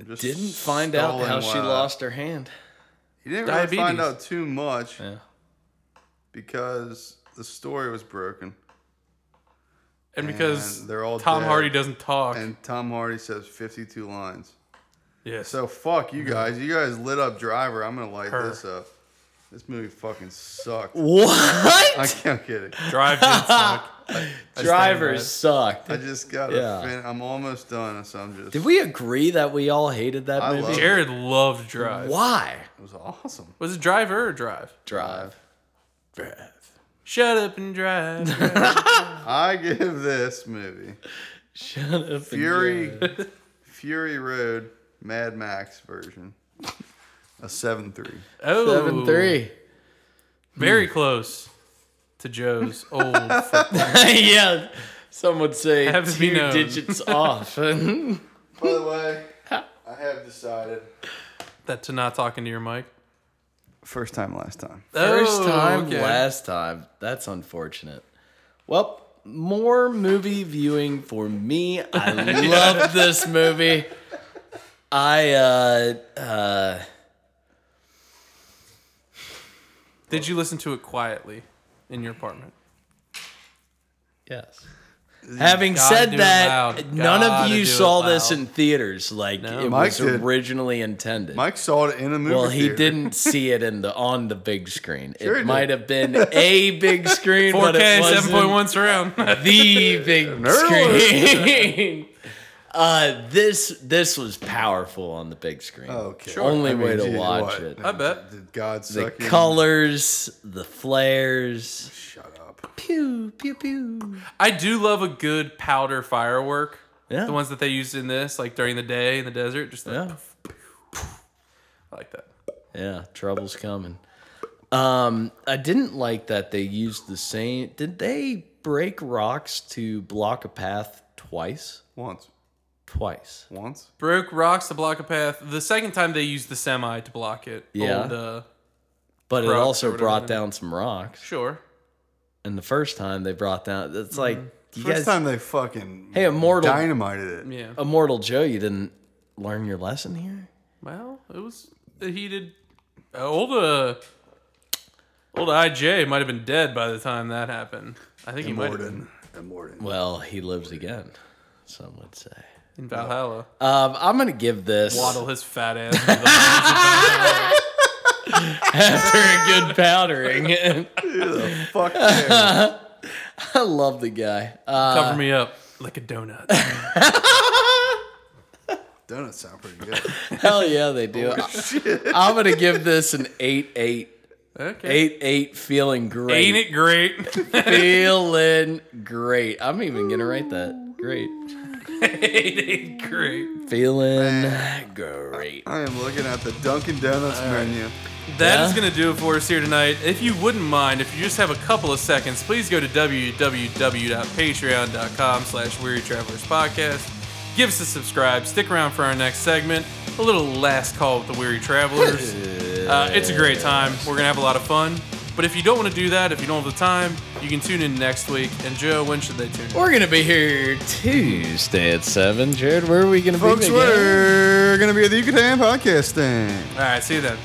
Speaker 3: I'm just
Speaker 2: didn't find out
Speaker 3: stalling
Speaker 2: how she
Speaker 3: while-
Speaker 2: lost her hand.
Speaker 3: You didn't really find
Speaker 1: Diabetes.
Speaker 3: out too much
Speaker 2: Yeah.
Speaker 3: because the story was broken.
Speaker 1: And because
Speaker 3: And they're all
Speaker 1: Tom
Speaker 3: dead.
Speaker 1: Hardy doesn't talk.
Speaker 3: And Tom Hardy says 52 lines.
Speaker 1: yes.
Speaker 3: So fuck you
Speaker 2: Mm-hmm.
Speaker 3: guys. You guys lit up Driver. I'm gonna light
Speaker 1: Her.
Speaker 3: this up. This movie fucking sucked.
Speaker 2: What?
Speaker 3: I can't get it.
Speaker 1: Drive did suck.
Speaker 2: Drivers
Speaker 3: I
Speaker 2: sucked.
Speaker 3: just got.
Speaker 2: Yeah.
Speaker 3: to Fin- I'm almost done, so I'm just.
Speaker 2: Did we agree that we all hated that
Speaker 3: I
Speaker 2: movie?
Speaker 3: love-
Speaker 1: Jared loved Drive.
Speaker 2: Why?
Speaker 3: it was awesome.
Speaker 1: Was it Driver or Drive?
Speaker 2: Drive.
Speaker 1: Shut up and drive.
Speaker 3: I give this movie
Speaker 2: Shut up. and
Speaker 3: Fury, Fury Road, Mad Max version, a seven three.
Speaker 1: Oh,
Speaker 2: Seven three.
Speaker 1: Very close to Joe's old. fr-
Speaker 2: yeah, some would say
Speaker 1: Have to be
Speaker 2: two
Speaker 1: known.
Speaker 2: digits off.
Speaker 3: By the way, I have decided.
Speaker 1: that to not talking to your mic.
Speaker 3: First time, last time.
Speaker 2: First
Speaker 1: Oh,
Speaker 2: time,
Speaker 1: okay.
Speaker 2: last time. That's unfortunate. Well, more movie viewing for me. I love this movie. I uh uh
Speaker 1: Did you listen to it quietly in your apartment?
Speaker 2: yes. Having
Speaker 1: Gotta do
Speaker 2: said
Speaker 1: it
Speaker 2: that,
Speaker 1: loud.
Speaker 2: none of
Speaker 1: Gotta
Speaker 2: you
Speaker 1: do it
Speaker 2: saw this
Speaker 1: loud.
Speaker 2: in theaters like it
Speaker 3: Mike
Speaker 2: was
Speaker 3: did.
Speaker 2: originally intended.
Speaker 3: Mike saw it in a movie.
Speaker 2: Well, he
Speaker 3: theater.
Speaker 2: didn't see it in the on the big screen.
Speaker 3: Sure he
Speaker 2: it
Speaker 3: did.
Speaker 2: might have been a big screen, but
Speaker 1: 4K,
Speaker 2: it wasn't
Speaker 1: 7.1 surround.
Speaker 2: the big
Speaker 3: Nerd.
Speaker 2: screen. uh, this this was powerful on the big screen.
Speaker 3: Okay.
Speaker 2: Only way to
Speaker 3: geez,
Speaker 2: watch it.
Speaker 1: I bet.
Speaker 3: Did God
Speaker 2: The
Speaker 3: suck you?
Speaker 2: colors, the flares.
Speaker 3: Shut up.
Speaker 2: Pew pew pew.
Speaker 1: I do love a good powder firework.
Speaker 2: Yeah.
Speaker 1: The ones that they used in this, like during the day in the desert, just like,
Speaker 2: Yeah.
Speaker 1: I like that.
Speaker 2: Yeah, trouble's coming. Um, I didn't like that they used the same. Did they break rocks to block a path twice?
Speaker 3: Once.
Speaker 2: Twice.
Speaker 3: Once?
Speaker 1: Broke rocks to block a path. The second time they used the semi to block it.
Speaker 2: Yeah.
Speaker 1: Old, uh,
Speaker 2: But it
Speaker 1: Rocks or
Speaker 2: also
Speaker 1: whatever
Speaker 2: brought
Speaker 1: it
Speaker 2: down some rocks.
Speaker 1: sure.
Speaker 2: And the first time they brought down, it's like you
Speaker 3: First
Speaker 2: guys,
Speaker 3: time they fucking
Speaker 2: Hey, Immortal-
Speaker 3: dynamited it.
Speaker 1: Yeah.
Speaker 2: Immortal Joe, you didn't learn your lesson here.
Speaker 1: Well, it was a heated. Uh, old uh, old IJ might have been dead by the time that happened. I think he might have been
Speaker 3: Immortan. Immortan.
Speaker 2: Well, he lives again. Some would say.
Speaker 1: in Valhalla.
Speaker 2: Um, I'm gonna give this
Speaker 1: Waddle his fat ass. into the arms of Valhalla.
Speaker 2: after a good powdering.
Speaker 3: Fuck yeah.
Speaker 2: I love the guy. Uh,
Speaker 1: Cover me up like a donut.
Speaker 3: Donuts sound pretty good.
Speaker 2: hell yeah, they do. I, am gonna give this an eight eight
Speaker 1: Okay.
Speaker 2: eight eight. Feeling great.
Speaker 1: Ain't it great?
Speaker 2: Feeling great. I'm even gonna write that. Great.
Speaker 1: Ain't it great?
Speaker 2: Feeling great.
Speaker 3: I am looking at the Dunkin' Donuts menu.
Speaker 1: That is
Speaker 2: Yeah.
Speaker 1: going to do it for us here tonight. If you wouldn't mind, if you just have a couple of seconds, please go to www.patreon.com slash Weary Travelers Podcast. Give us a subscribe. Stick around for our next segment. A little last call with the Weary Travelers. Uh, it's a great time. We're going to have a lot of fun. But if you don't want to do that, if you don't have the time, you can tune in next week. And Joe, when should they tune in?
Speaker 2: We're gonna be here Tuesday at seven. Jared, where are we gonna
Speaker 3: Folks,
Speaker 2: be? again?
Speaker 3: we're going to be at the Yucatan Podcast thing.
Speaker 1: All right, see you then.